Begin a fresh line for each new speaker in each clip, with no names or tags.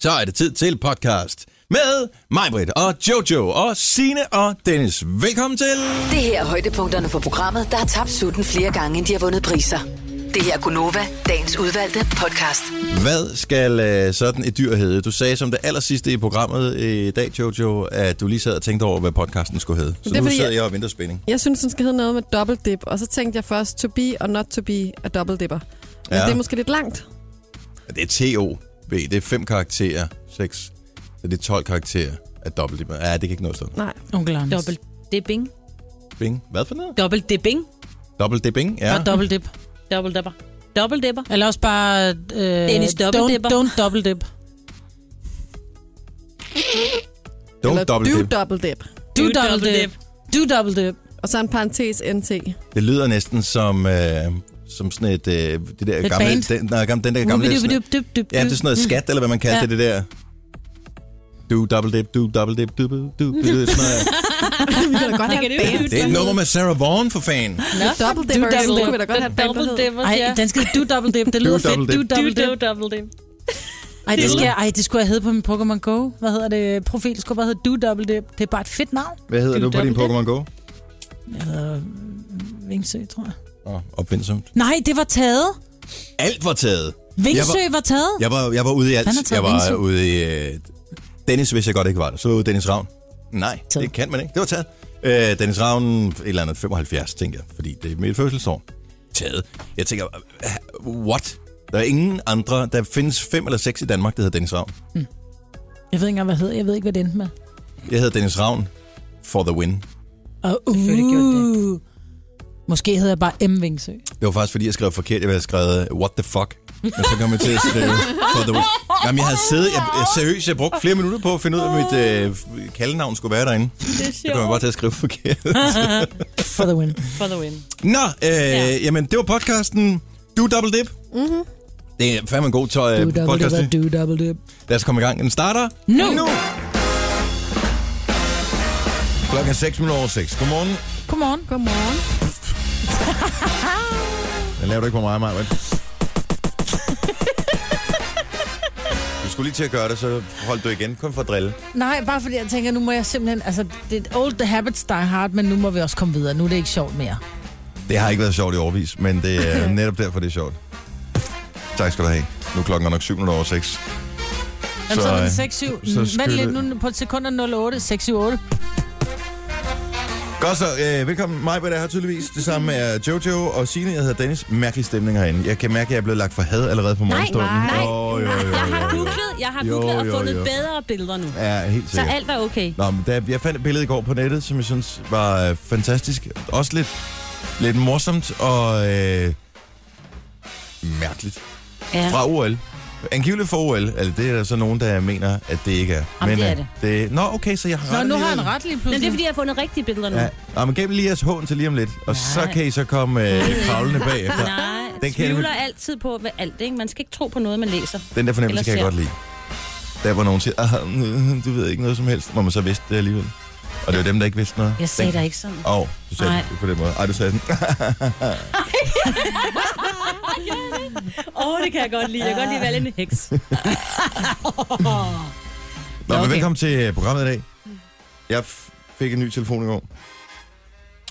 Så er det tid til podcast med mig, Britt, og Jojo, og Sine og Dennis. Velkommen til!
Det her er højdepunkterne for programmet, der har tabt sutten flere gange, end de har vundet priser. Det her er Gunova, dagens udvalgte podcast.
Hvad skal øh, sådan et dyr hedde? Du sagde som det aller sidste i programmet øh, i dag, Jojo, at du lige sad og tænkte over, hvad podcasten skulle hedde. Så
Det er
nu
fordi,
sidder
jeg-
jeg og venter i spænding.
Jeg synes, den skal hedde noget med double dip, og så tænkte jeg først, to be og not to be er double dipper. Men
Ja.
ja. det er måske lidt langt.
Og Det er TOB, det er fem karakterer, seks, så det er 12 karakterer af dobbelt. Ja, det kan ikke nå sådan.
Nej.
Onkel Anders.
Dobbelt dipping.
Bing. Hvad for noget?
Dobbelt dipping.
Dobbelt dipping,
Ja.
ja.
Ah.
Og dobbelt dip.
Dobbelt dipper. Dobbelt dipper.
Eller også bare... Øh,
Dennis dobbeltdipper.
don't, don't double dip.
Don't Oh, double
do
dip.
double dip.
Do,
Do
double,
double
dip. Do double dip.
Og så en parentes NT.
Det lyder næsten som, øh, som sådan et, øh, det der
Et
gamle,
band.
den, nej, gamle, den der gamle, sådan,
Dup, dup, dup,
ja, det er sådan noget skat, eller hvad man kalder
Ja.
det, det der. Du double dip, du double dip, du du du du. sådan noget.
Vi kan da godt have en
kan det jo
band.
ikke.
Det er et nummer med Sarah Vaughan for fan.
Nå.
Double dipper,
double
det
dip.
kunne vi da godt have et band, der
Double
hedder.
dipper, ja.
Ej, den skal do double dip. Det
Do
lyder
double
fedt.
dip.
Do
Du
double
do
dip.
double dip.
Ej, det skal,
Eller-
ej, det skulle jeg hedde på min Pokémon Go. Hvad hedder det? Profil skulle bare hedde Do Double Dip. Det er bare et fedt navn.
Hvad hedder
Du
du på din
double
Pokémon
dip.
Go?
Jeg hedder øh, Vingsø, tror jeg.
Åh, opfindsomt.
Nej, det var taget.
Alt var taget.
Vingsø var... var taget.
Jeg var, jeg var ude i
Fanden har
alt.
taget
Jeg var
Vinci.
ude i... Øh, Dennis vidste jeg godt ikke var der. Så var jeg ude i Dennis Ravn. Nej,
Så.
det kan man ikke. Det var taget. Øh, Dennis Ravn, et eller andet 75, tænker jeg. Fordi det er mit fødselsår. Taget. Jeg tænker, øh, what? Der er ingen andre. Der findes fem eller seks i Danmark, der hedder Dennis Ravn.
Jeg ved ikke engang, hvad hedder. Jeg ved ikke, hvad det endte med.
Jeg hedder Dennis Ravn for the win.
Og,
Selvfølgelig gjorde
uh, måske hedder jeg bare M. Vingsø.
Det var faktisk, fordi jeg skrev forkert. Jeg ville have skrevet, uh, what the fuck? Men så kom jeg til at skrive, for the win. Jamen, jeg havde siddet, jeg, jeg, seriøst, jeg brugte flere minutter på at finde ud af, at mit øh, kaldenavn skulle være derinde.
Det er
Det kom jeg
sjovt.
bare til at skrive forkert.
For the win.
For the win.
Nå, øh, ja. jamen, det var podcasten Du Double Dip. Mm-hmm. Det er fandme en god tøj,
Do double
podcast.
dip.
det.
Do double dip.
Lad os komme i gang. Den starter
Nu.
nu. Klokken er 6 minutter over 6. Godmorgen.
Godmorgen.
Godmorgen.
Den laver du ikke på mig, Maja. vel? Du skulle lige til at gøre det, så holdt du igen. Kun for at drille.
Nej, bare fordi jeg tænker, nu må jeg simpelthen... Altså, det er old the habits die hard, men nu må vi også komme videre. Nu er det ikke sjovt mere.
Det har ikke været sjovt i overvis, men det er netop derfor, det er sjovt. Tak skal du have. Nu er klokken er nok 7 minutter over 6.
Jamen, så,
øh,
er
så
det 6-7.
skal
Vent lidt
det-
nu på et sekund er 08. 6 7 8.
Godt så, øh, velkommen. Mig, hvad der her tydeligvis. Det samme er Jojo og Signe. Jeg hedder Dennis. Mærkelig stemning herinde. Jeg kan mærke, at jeg er blevet lagt for had allerede på morgenstunden.
nej.
Oh, jo, jo,
Jeg har
jo, jo, jo.
googlet, jeg har
Jo,
googlet og
jo,
fundet
jo.
bedre billeder nu.
Ja, helt
Så
sikkert.
alt er okay.
Nå, men der, jeg fandt et billede i går på nettet, som jeg synes var øh, fantastisk. Også lidt, lidt morsomt og øh, mærkeligt.
Ja.
Fra OL. Angiveligt fra OL. Altså, det er der så nogen, der mener, at det ikke er.
Jamen, det er
øh,
det.
det. Nå, okay, så jeg har
Nå,
ret
nu har han
alligevel.
ret lige
Men det
pludselig.
er fordi, jeg har fundet rigtige billeder nu.
Ja, Nå, men gem lige jeres hån til lige om lidt, og Nej. så kan I så komme øh, kravlende bagefter.
Nej,
Den
jeg
kan jeg
tvivler altid på ved alt, ikke? Man skal ikke tro på noget, man læser.
Den der fornemmelse
Eller
kan jeg
ser.
godt lide. Der hvor nogen siger, "Ah, du ved ikke noget som helst, hvor man så vidste det alligevel. Og det var dem, der ikke vidste noget.
Jeg sagde
Den-
da ikke sådan.
Åh, oh, du sagde
Nej.
det på den måde. Ej, du sagde den.
Åh, oh, det kan jeg godt lide. Jeg kan godt lide at være lidt en heks.
Nå, okay.
okay.
men velkommen til øh, programmet i dag. Jeg f- fik en ny telefon i går.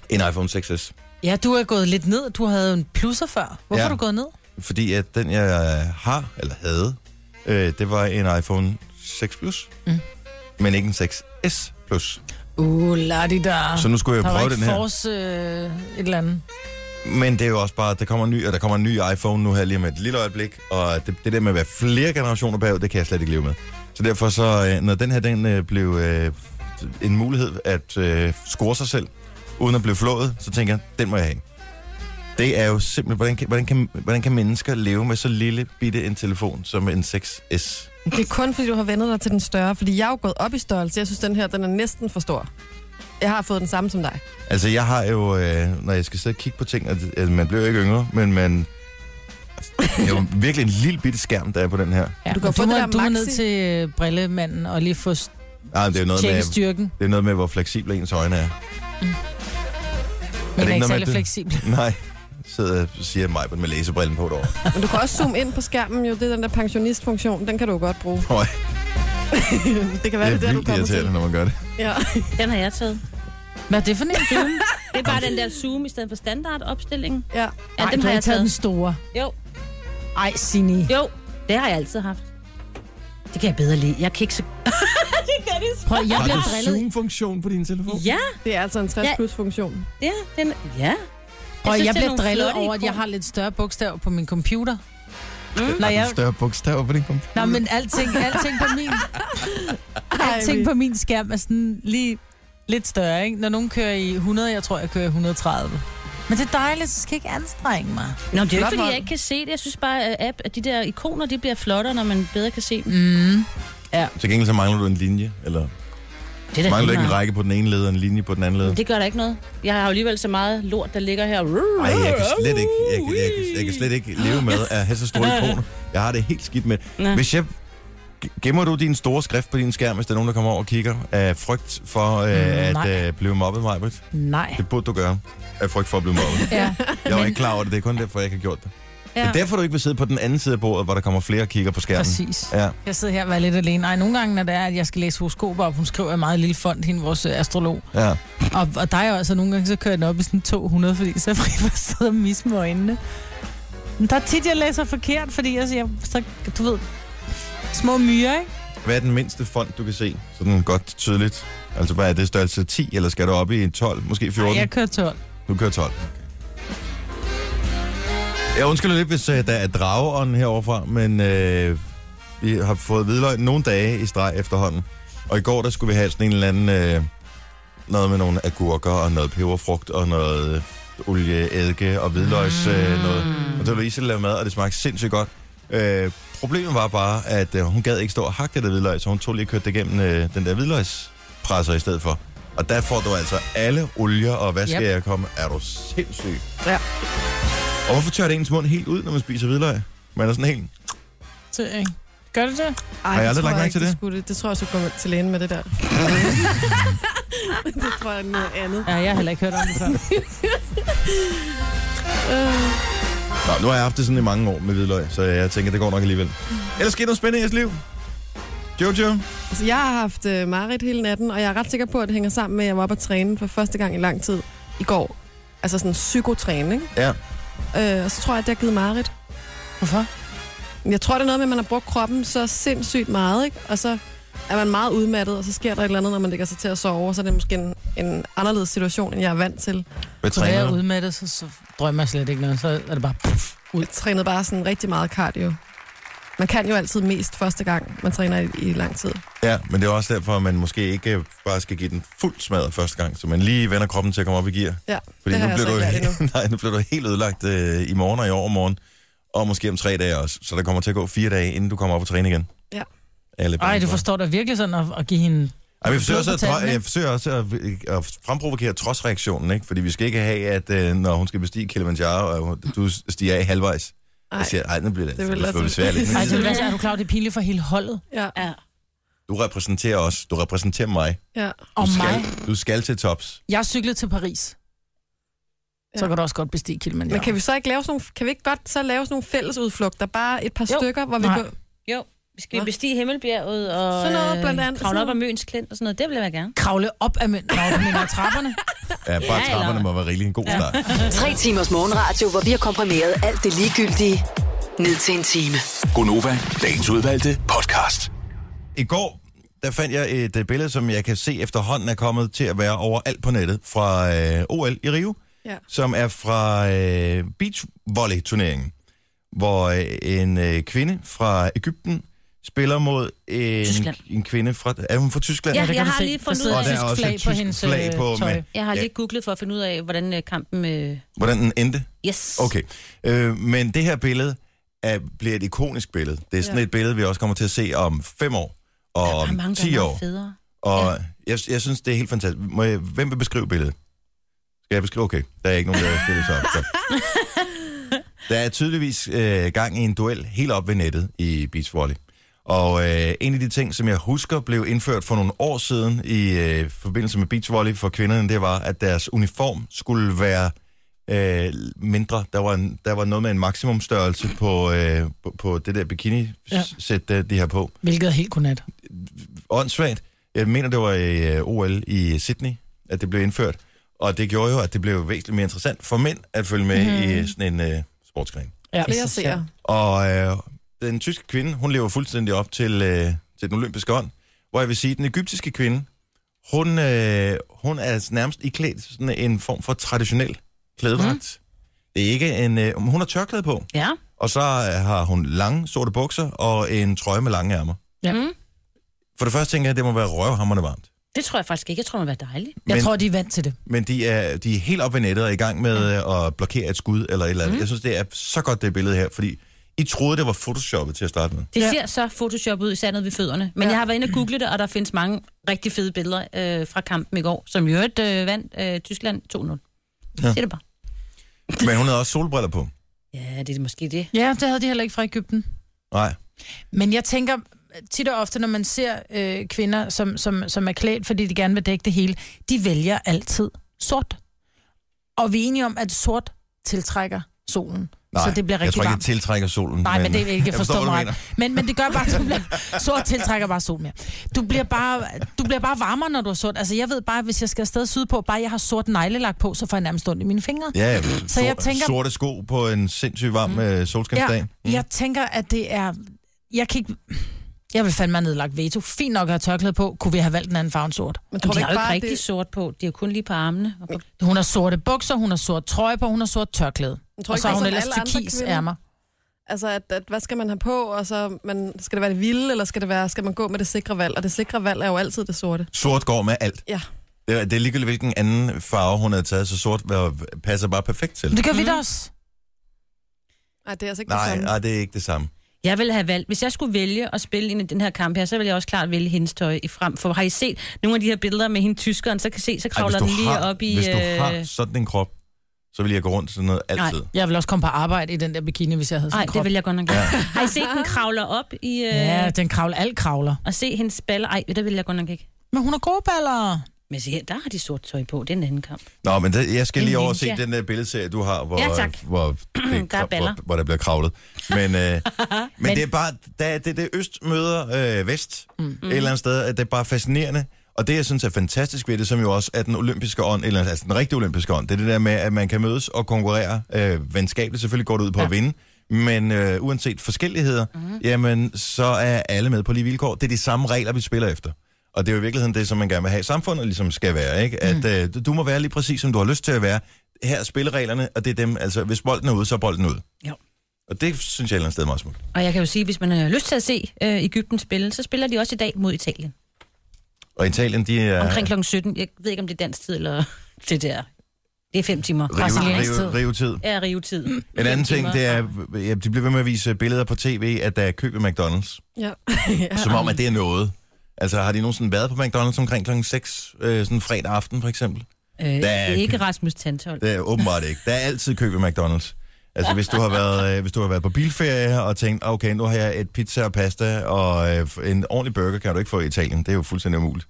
En iPhone 6s.
Ja, du er gået lidt ned. Du havde en plusser før. Hvorfor
Ja.
ja. er du gået ned?
Fordi at den, jeg øh, har, eller havde, øh, det var en iPhone 6 Plus. Mm. Men ikke en 6S Plus.
Uh, la di da.
Så nu skulle jeg
Der var
prøve den
ikke
her.
force øh, et eller andet.
Men det er jo også bare, at der kommer en ny, og der kommer en ny iPhone nu her lige om et lille øjeblik, og det, det der med at være flere generationer bagud, det kan jeg slet ikke leve med. Så derfor så, øh, når den her, den øh, blev øh, en mulighed at øh, score sig selv, uden at blive flået, så tænker jeg, den må jeg have. Det er jo simpelthen, hvordan kan, hvordan kan, hvordan kan mennesker leve med så lille bitte en telefon som en 6S?
Det er kun, fordi du har vendet dig til den større, fordi jeg er jo gået op i størrelse. Jeg synes, den her den er næsten for stor. Jeg har fået den samme som dig.
Altså, jeg har jo, øh, når jeg skal sidde og kigge på ting, at, at man bliver jo ikke yngre, men man... altså, Det er jo virkelig en lille bitte skærm, der er på den her.
Ja,
Du
du,
kan
kan
få
du, må,
det der
du må ned
maxi.
til øh, brillemanden og lige få s-
Ej, men det er jo noget
tjekket
med,
styrken.
Det er noget med, hvor fleksible ens øjne er.
Men
ikke
er ikke
noget med,
særlig
at det-
fleksibel.
Nej, sidder og siger mig med læsebrillen på et år.
Men du kan også zoome ind på skærmen, jo. Det er den der pensionistfunktion. Den kan du jo godt bruge.
Høj.
det kan være, det,
det er
er der, du
vildt
kommer til.
irriterende, når man gør det.
Ja.
Den har jeg taget.
Hvad er det for en? Nej,
Det er bare den der Zoom i stedet for standardopstilling.
ja.
Ja, den
du
har
ikke
jeg taget.
den store.
Jo,
Ej, Sini.
jo. Det har jeg altid haft. Det kan jeg bedre lide. Jeg kan ikke så... det kan det så-
Prøv, jeg
Har
blev
du
drillet.
Zoom-funktion på din telefon?
Ja,
Det er altså en 60
Ja.
plus funktion.
ja, den... Ja.
Prøv, jeg, jeg
synes, det er
blev
nogle
drillet
flotte
over, at jeg
ikoner.
har lidt større bogstaver på min computer. Mm. Når
Har
jeg,
du større bogstaver på din computer?
Nå, men alting, alting på min, alting på min skærm er sådan lige lidt større, ikke? Når nogen kører i 100, jeg tror, jeg kører i 130. Men det er dejligt, så skal jeg ikke anstrenge mig.
Nå, men det er jo
Flot
ikke, fordi
hold.
jeg ikke kan se det. Jeg synes bare, at app- at de der ikoner, de bliver flottere, når man bedre kan se dem.
Mm.
Til gengæld så mangler du en linje, eller
Det er da
mangler du
lige
ikke en
meget.
række på den ene led og en linje på den anden led?
Men Det gør der ikke noget. Jeg har jo alligevel så meget lort, der ligger her.
Nej, jeg kan slet ikke, jeg kan, jeg, kan, jeg kan slet ikke leve med at have så store ikoner. Jeg har det helt skidt med.
Nå.
Hvis jeg gemmer du din store skrift på din skærm, hvis der er nogen, der kommer over og kigger, af frygt for øh,
nej.
at øh, blive mobbet, Majbert?
Nej.
Det burde du gøre, af frygt for at blive mobbet.
Ja.
Jeg var ikke klar over det, det er kun derfor, jeg ikke har gjort det. Ja. Det er derfor, du ikke vil sidde på den anden side af bordet, hvor der kommer flere og kigger på skærmen.
Præcis.
Ja.
Jeg sidder her og er lidt alene. Ej, nogle gange, når det er, at jeg skal læse horoskoper op, hun skriver i meget lille fond, hende, vores øh, astrolog.
Ja.
Og, og der er jo altså nogle gange, så kører den op i sådan 200, fordi så er jeg fri for at sidde og misse med øjnene. Men der er tit, jeg læser forkert, fordi altså, jeg, så, du ved, små myrer, ikke?
Hvad er den mindste fond, du kan se? Sådan godt tydeligt. Altså, hvad er det? Størrelse 10, eller skal du op i 12, måske 14?
Ej, jeg kører 12.
Du kører 12. Jeg undskylder lidt, hvis uh, der er drageånd heroverfra, men øh, vi har fået hvidløg nogle dage i streg efterhånden. Og i går, der skulle vi have sådan en eller anden... Øh, noget med nogle agurker og noget peberfrugt og noget øh, olie, eddike og hvidløgs øh, noget. Og det var Louise, der lavede mad, og det smagte sindssygt godt. Øh, problemet var bare, at øh, hun gad ikke stå og hakke det der hvidløg, så hun tog lige og kørte det igennem øh, den der hvidløgspresser i stedet for. Og der får du altså alle olier, og hvad skal
Yep.
yep. jeg komme? Er du sindssyg?
Ja.
Og hvorfor tør det ens mund helt ud, når man spiser hvidløg? Man er sådan helt...
Så, ikke? Gør det det?
Ej,
jeg
det
aldrig
tror
lagt mærke
ikke,
til
du
det?
Skulle, det. Det tror jeg, jeg skulle gå til lægen med det der. det tror jeg er noget andet.
Ja, jeg har heller ikke hørt om det før.
Nå, nu har jeg haft det sådan i mange år med hvidløg, så jeg tænker, det går nok alligevel.
Mm.
Ellers sker noget spændende i jeres liv. Jojo?
Altså, jeg har haft øh, mareridt hele natten, og jeg er ret sikker på, at det hænger sammen med, at jeg var oppe at træne for første gang i lang tid i går. Altså sådan psykotræning.
Ja.
Øh, og så tror jeg, at det har givet mareridt.
Hvorfor?
Men Jeg tror, det er noget med, at man har brugt kroppen så sindssygt meget, ikke? Og så er man meget udmattet, og så sker der et eller andet, når man lægger sig til at sove, og så er det måske en, en anderledes situation, end jeg er vant til.
Hvad
Så når jeg
træner
er
du?
ude med det, så, så drømmer jeg slet ikke noget. Så er det bare... Puff.
Jeg trænede bare sådan rigtig meget cardio. Man kan jo altid mest første gang, man træner i, i lang tid.
Ja, men det er også derfor, at man måske ikke øh, bare skal give den fuld smadret første gang, så man lige vender kroppen til at komme op i gear.
Ja,
Fordi
det
nu
har jeg
bliver,
så
du,
ikke lært endnu.
nej, nu bliver du helt ødelagt øh, i morgen og i overmorgen, og måske om tre dage også. Så der kommer til at gå fire dage, inden du kommer op og træne igen.
Ja.
Alle
Ej, du forstår da virkelig sådan at, at give hende...
Ej, men jeg, forsøger også at,
blod på
tro-
tanden,
jeg forsøger også at, at fremprovokere trodsreaktionen, ikke? fordi vi skal ikke have, at øh, når hun skal bestige Kilimanjaro, og hun- du stiger af halvvejs. Ej,
Ej,
jeg siger, ej, nu bliver det,
det
det,
vil
det,
også-
det besværligt.
Ej, det
Men
vil være, så er du klar, over, det er pinligt for hele holdet.
ja,
Ja.
Du repræsenterer os. Du repræsenterer mig.
ja.
Du
Og mig.
skal, du skal til tops.
Jeg cyklede til Paris. Så
Ja.
kan du også godt bestige Kilimanjaro.
Men kan vi så ikke lave sådan nogle, kan vi ikke godt så lave sådan nogle fælles udflugter? Bare et par
Jo.
stykker, hvor vi
Nej.
går...
Altså,
Jo, vi skal
Hva?
bestige Himmelbjerget og
Sådan noget,
øh,
blandt andet.
kravle op
Sådan-
ad Møns Klint og sådan noget. Det vil jeg gerne.
kravle op af mænd, når du mener trapperne.
Ja, bare
eller-
trapperne må være rigtig en god start.
Tre timers morgenradio, hvor vi har komprimeret alt det ligegyldige ned til en time.
Gonova, dagens udvalgte podcast.
I går, der fandt jeg et øh, billede, som jeg kan se efterhånden er kommet til at være overalt på nettet fra øh, OL i Rio,
Ja.
som er fra øh, beachvolley-turneringen, hvor øh, en øh, kvinde fra Ægypten spiller mod en,
Tyskland.
en kvinde fra... Er hun fra Tyskland?
Ja,
det kan
jeg
du
har
se.
lige
Der
fundet ud
sidder
af,
Og der er
tysk
også
flag
et
på
tysk
hendes,
flag
øh,
på,
tøj.
men
jeg har
Ja.
lige googlet for at finde ud af, hvordan øh, kampen... Øh...
hvordan den endte?
Yes.
Okay. Øh, men det her billede er, bliver et ikonisk billede. Det er sådan
Ja.
ja. et billede, vi også kommer til at se om 5 år, og
Der er
om
mange, der
10
er
år.
meget federe.
Og ja. jeg, jeg synes, det er helt fantastisk. Må jeg, hvem vil beskrive billedet? Skal jeg beskrive? Okay, der er ikke nogen, der vil stille sig op. Så. Der er tydeligvis øh, gang i en duel helt op ved nettet i beachvolley. Og øh, en af de ting, som jeg husker, blev indført for nogle år siden i øh, forbindelse med beachvolley for kvinderne, det var, at deres uniform skulle være øh, mindre. Der var, en, der var noget med en maksimumstørrelse på, øh, på, på det der bikini-sæt, ja. de har på
Hvilket er helt godnat.
åndssvagt. Jeg mener, det var i øh, OL i Sydney, at det blev indført. Og det gjorde jo, at det blev væsentligt mere interessant for mænd at følge med mm. i sådan en øh, sportsgren.
Ja,
Flere seere.
Og øh, den tyske kvinde, hun lever fuldstændig op til, øh, til den olympiske ånd. Hvor jeg vil sige, at den egyptiske kvinde, hun, øh, hun er nærmest iklædt sådan en form for traditionel klædedragt. Mm. Det er ikke en... Øh, hun har tørklæde på,
Ja.
og så øh, har hun lange sorte bukser og en trøje med lange ærmer.
ja. Mm.
For det første tænker jeg, at det må være røvhammerne varmt.
Det tror jeg faktisk ikke. Jeg tror, det var dejligt.
Jeg
Men-
tror, de er vant til det.
Men de er, de er helt op i nettet og i gang med øh, at blokere et skud eller et eller andet. Mm. Jeg synes, det er så godt, det billede her, fordi I troede, det var photoshoppet til at starte med.
Det ja. ser så Photoshop ud i sandet ved fødderne. Men ja. jeg har været inde og google det, og der findes mange rigtig fede billeder øh, fra kampen i går, som i øvrigt øh, vandt øh, Tyskland 2-0.
Ja.
Ja. Siger det bare.
Men hun havde også solbriller på.
Ja, det er måske det.
Ja, det havde de heller ikke fra Ægypten.
Nej.
Men jeg tænker tit og ofte, når man ser øh, kvinder, som, som, som er klædt, fordi de gerne vil dække det hele, de vælger altid sort. Og vi er enige om, at sort tiltrækker solen.
Nej,
så det bliver
jeg
rigtig
tror ikke,
varmt.
det tiltrækker solen.
Nej, men, det er ikke
jeg
forstå
hvad
mig.
du
ret. Men, men det gør bare, at du bliver, sort tiltrækker bare sol mere. Du bliver bare, du bliver bare varmere, når du er sort. Altså, jeg ved bare, hvis jeg skal afsted sydpå, bare jeg har sort neglelak på, så får jeg nærmest ondt i mine fingre.
mener. Ja, så
Så
sort, jeg
jeg
tænker...
tænker-
sorte sko på en sindssygt varm mm. solskinsdag.
Ja, jeg tænker, at det er... Jeg kan ikke... Jeg vil fandme have nedlagt veto. Fint nok at have tørklæde på. Kunne vi have valgt en anden farve end sort?
Men tror
Jamen,
du
de
ikke
har jo ikke
bare,
rigtig det...
det,
sort på. De har kun lige på armene. Og på...
Hun har sorte bukser, hun har sort trøje på, hun har sort tørklæde.
Jeg tror
Og
ikke,
så har
det er
hun
sådan
ellers
alle andre
turkis
kvinder.
ærmer.
Altså, at, at, hvad skal man have på, og så man, skal det være det vilde, eller skal, det være, skal man gå med det sikre valg? Og det sikre valg er jo altid det sorte.
Sort går med alt.
Ja.
Det er, det er ligegyldigt, hvilken anden farve hun havde taget, så sort var- passer bare perfekt til.
Men det gør vi da
Mm.
også.
Nej, det er altså ikke det
Nej,
samme.
nej, det er ikke det samme.
Jeg ville have valgt, hvis jeg skulle vælge at spille ind i den her kamp her, så ville jeg også klart vælge hendes tøj i frem. For har I set nogle af de her billeder med hende tyskeren, så kan I se, så
Ej,
kravler den lige
har,
op i...
hvis du
øh,
har sådan en krop, så vil jeg gå rundt sådan noget altid. Nej.
Jeg vil også komme på arbejde i den der bikini, hvis jeg havde sådan
Ej,
en
det
krop.
vil jeg godt nok ikke. Har I set, den kravler op i... Øh...
Ja, den kravler. Alt kravler.
Og se hendes baller. Ej, det vil jeg godt nok ikke.
Men hun har gode baller.
Men se her, der har de sort tøj på. Det er en anden kamp.
Nå, men det, jeg skal
En
lige over og se
ninja.
den der billedserie, du har, hvor,
Ja, tak.
hvor, det,
Der er baller.
hvor, hvor der bliver kravlet. Men, øh, men, men det er bare, der, det, det øst møder øh, vest mm. et eller andet sted, at det er bare fascinerende. Og det, jeg synes er fantastisk ved det, som jo også er den olympiske ånd, eller altså den rigtige olympiske ånd, det er det der med, at man kan mødes og konkurrere øh, venskabeligt. Selvfølgelig går det ud på ja. at vinde, men øh, uanset forskelligheder, mm. jamen, så er alle med på lige vilkår. Det er de samme regler, vi spiller efter. Og det er jo i virkeligheden det, som man gerne vil have i samfundet, ligesom skal være, ikke? At mm. øh, du må være lige præcis, som du har lyst til at være. Her er spillereglerne, og det er dem, altså hvis bolden er ude, så er bolden ude.
Jo.
Og det synes jeg et eller andet sted er meget smukt.
Og jeg kan jo sige, hvis man har lyst til at se øh, Ægypten spille, så spiller de også i dag mod Italien.
Og Italien, de er...
Omkring kl. 17. Jeg ved ikke, om det er dansk tid eller det der. Det er fem timer.
Rive, rive, rive tid.
Ja, rivetid.
En anden ting, det er, ja, de bliver ved med at vise billeder på tv, at der er kø ved McDonald's.
Ja.
Ja. Som om, at det er noget. Altså, har de nogensinde været på McDonald's omkring klokken 6, øh, sådan fredag aften for eksempel?
Øh, det
Der er-
er ikke Rasmus Tanthold.
Det er åbenbart ikke. Der er altid kø ved McDonald's. Altså, hvis du har været, øh, hvis du har været på bilferie og tænkt, okay, nu har jeg et pizza og pasta, og øh, en ordentlig burger kan du ikke få i Italien. Det er jo fuldstændig umuligt.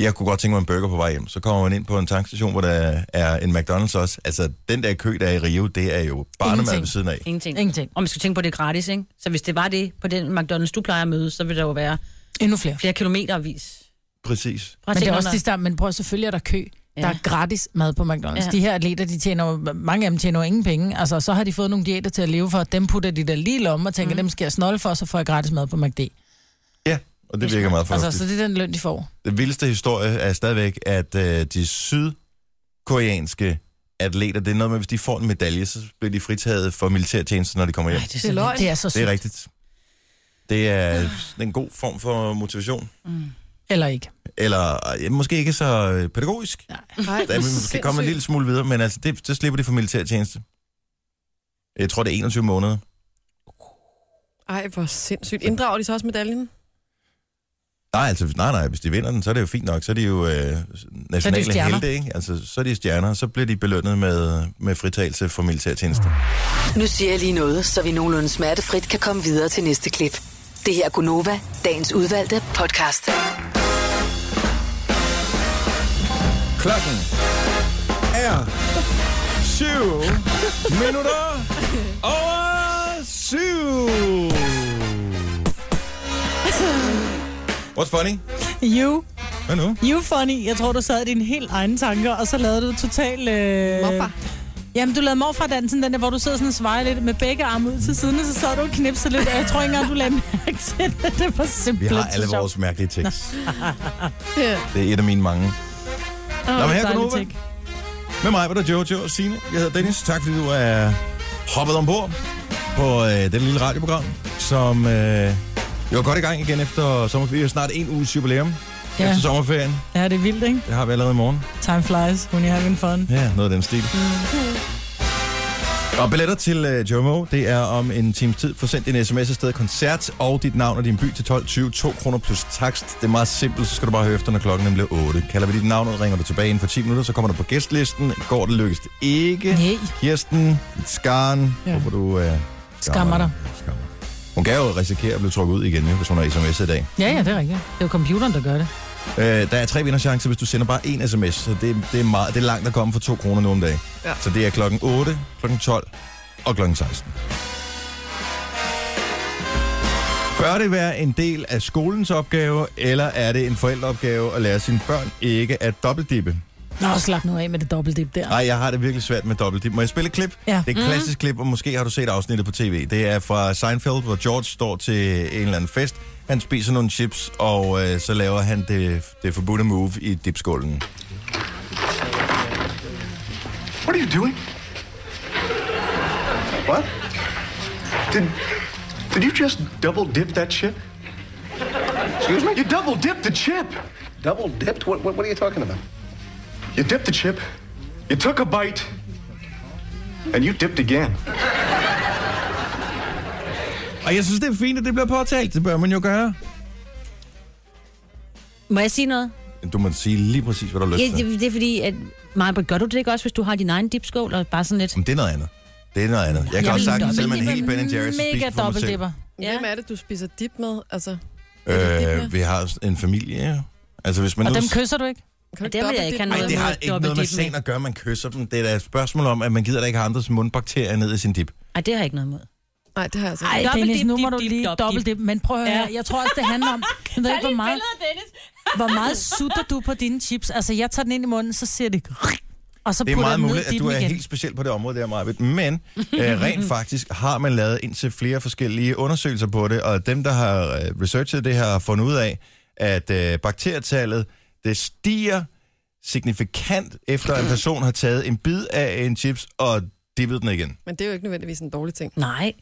Jeg kunne godt tænke mig en burger på vej hjem. Så kommer man ind på en tankstation, hvor der er en McDonald's også. Altså, den der kø, der er i Rio, det er jo barnemad
Ingenting.
ved siden af.
Ingenting.
Ingenting.
Og man skal tænke på, at det er gratis, ikke? Så hvis det var det på den McDonald's, du plejer at møde, så vil der jo være
Endnu flere.
flere kilometervis.
Præcis.
Prøv
Men
at
det
tænke,
er
når
også
der-
de der, men prøv selvfølgelig er der kø. Ja. Der er gratis mad på McDonald's.
Ja.
Ja. De her atleter, de tjener, jo- mange af dem tjener jo ingen penge. Altså, så har de fået nogle diæter til at leve for, og dem putter de der lige i lommen og tænker, mm. dem skal jeg snolde for, og så får jeg gratis mad på McD.
Ja, og det virker meget
Altså, så
fornuftigt.
det er den løn, de får.
Den vildeste historie er stadigvæk, at øh, de sydkoreanske atleter, det er noget med, hvis de får en medalje, så bliver de fritaget for militærtjeneste, når de kommer hjem.
Ej, det
Det
er
er
så
løgn.
Det er så
Det
sygt.
er rigtigt. Det er en god form for motivation.
Eller ikke.
Eller øh, måske ikke så øh, pædagogisk.
Nej,
Der vil vi måske komme en lille smule videre, men altså, det, så slipper de for militærtjeneste. Jeg tror, det er 21 måneder.
Ej, hvor sindssygt. Inddrager de så også medaljen?
Nej, altså, nej, nej, hvis de vinder den, så er det jo fint nok. Så er de jo øh, nationale
stjerner.
helte, ikke? Altså, så er de stjerner, så bliver de belønnet med, med fritagelse for militærtjeneste.
Nu siger jeg lige noget, så vi nogenlunde smertefrit kan komme videre til næste klip. Det her er Gunova, dagens udvalgte podcast.
Klokken er 7 minutter over 7. What's funny?
You,
Hvad nu?
you funny. Jeg tror, du sad i dine helt egne tanker, og så lavede du total... Øh...
Morfar.
Jamen, du lavede morfar-dansen, den der, hvor du sidder sådan og svejer lidt med begge arme ud til siden, og så sad du og knipsede lidt. Jeg tror ikke engang, du lagde mærke til det. Det var
Vi
simpelthen
har alle
så sjovt.
vores mærkelige tekst.
Ja.
Det er et af mine mange.
Åh,
Nå, men her,
dejligt
Gunova.
ting.
Med mig var der Jojo og Signe. Jeg hedder Dennis. Tak fordi du er hoppet ombord på øh, den lille radioprogram, som øh, jo er godt i gang igen efter sommerferien. Vi har snart en uges jubilæum ja.
Ja.
efter sommerferien.
Ja, det er vildt, ikke?
Det har vi allerede i morgen.
Time flies when you're having fun.
Ja, noget af den stil. Og billetter til øh, Jomo, det er om en times tid. Få sendt en sms afsted, koncert og dit navn og din by til 12.20. 2 kroner plus takst. Det er meget simpelt, så skal du bare høre efter, når klokken den bliver 8. Kalder vi dit navn ud, ringer du tilbage inden for 10 minutter, så kommer du på gæstlisten. Går det, lykkes det ikke.
Nej.
Kirsten, Skaren, ja.
Ja.
håber du... Øh,
Skammer dig.
Skammer. Hun kan jo risikere at blive trukket ud igen, jo, hvis hun har sms'et i dag.
Ja, ja, det er rigtigt. Det er jo computeren, der gør det.
Øh, der er tre vinderchancer, hvis du sender bare en sms. Så det, det, er, meget, det er langt at komme for to kroner nu om dagen. Ja. Så det er klokken 8, klokken 12 og klokken 16. Bør det være en del af skolens opgave, eller er det en forældreopgave at lære sine børn ikke at dobbeltdippe?
Nå, slap nu af med det dobbeltdip der.
Nej, jeg har det virkelig svært med dobbeltdip. Må jeg spille et klip?
Ja. Mhm.
Det er et klassisk klip, og måske har du set afsnittet på tv. Det er fra Seinfeld, hvor George står til en eller anden fest. Han spiser nogle chips, og øh, så laver han det, det forbudte move i dipskålen.
What are you doing? What? Did did you just double dip that chip? Excuse me? You double dipped the chip. Double dipped? What, what, what are you talking about? You dipped the chip. You took a bite. And you dipped again.
Og jeg synes, det er fint, at det bliver påtalt. Det bør man jo gøre.
Må jeg sige noget?
Du må sige lige præcis, hvad du har
Ja,
lyst til.
det, det er fordi, at... Marbert, gør du det ikke også, hvis du har din egen dipskål og bare sådan lidt...
Men det er noget andet. Det er noget andet. Jeg kan også
vil
sagtens, selvom en helt
dobbeltdippe.
Ben Jerry's
Mega
spise for mig selv.
dobbeltdipper.
Ja. Hvem er det, du spiser dip med? Altså,
Øh, vi har en familie, ja. Altså, hvis man
Og
nu...
dem kysser du ikke?
kan du
Ja,
ikke
det vil jeg
dobbeltdippe
ikke have
med?
Ej, det har
noget
ikke noget med
dobbeltdippe
sen
med.
at gøre, man kysser dem. Det er da et spørgsmål om, at man gider da ikke have andres mundbakterier ned i sin dip.
Ej, det har jeg ikke noget imod.
Nej, det har jeg altså
Ej,
ikke.
Dobbeltdip,
Dennis, nu
dip,
må du
dip,
lige
dobbeltdip.
dobbeltdip. Men prøv at høre,
Ja.
her. jeg tror også, det handler om... Jeg ved ikke, hvor meget, hvor meget sutter du på dine chips. Altså, jeg tager den ind i munden, så siger det... Og så
Det er
putter
meget
jeg den
muligt,
ned i
at du
den
er
igen.
helt speciel på det område der, Marvitt. Men øh, rent faktisk har man lavet indtil flere forskellige undersøgelser på det, og dem, der har øh, researchet det, har fundet ud af, at øh, bakterietallet, det stiger signifikant, efter en person har taget en bid af en chips og dippet den igen.
Men det er jo ikke nødvendigvis en dårlig ting.
Nej.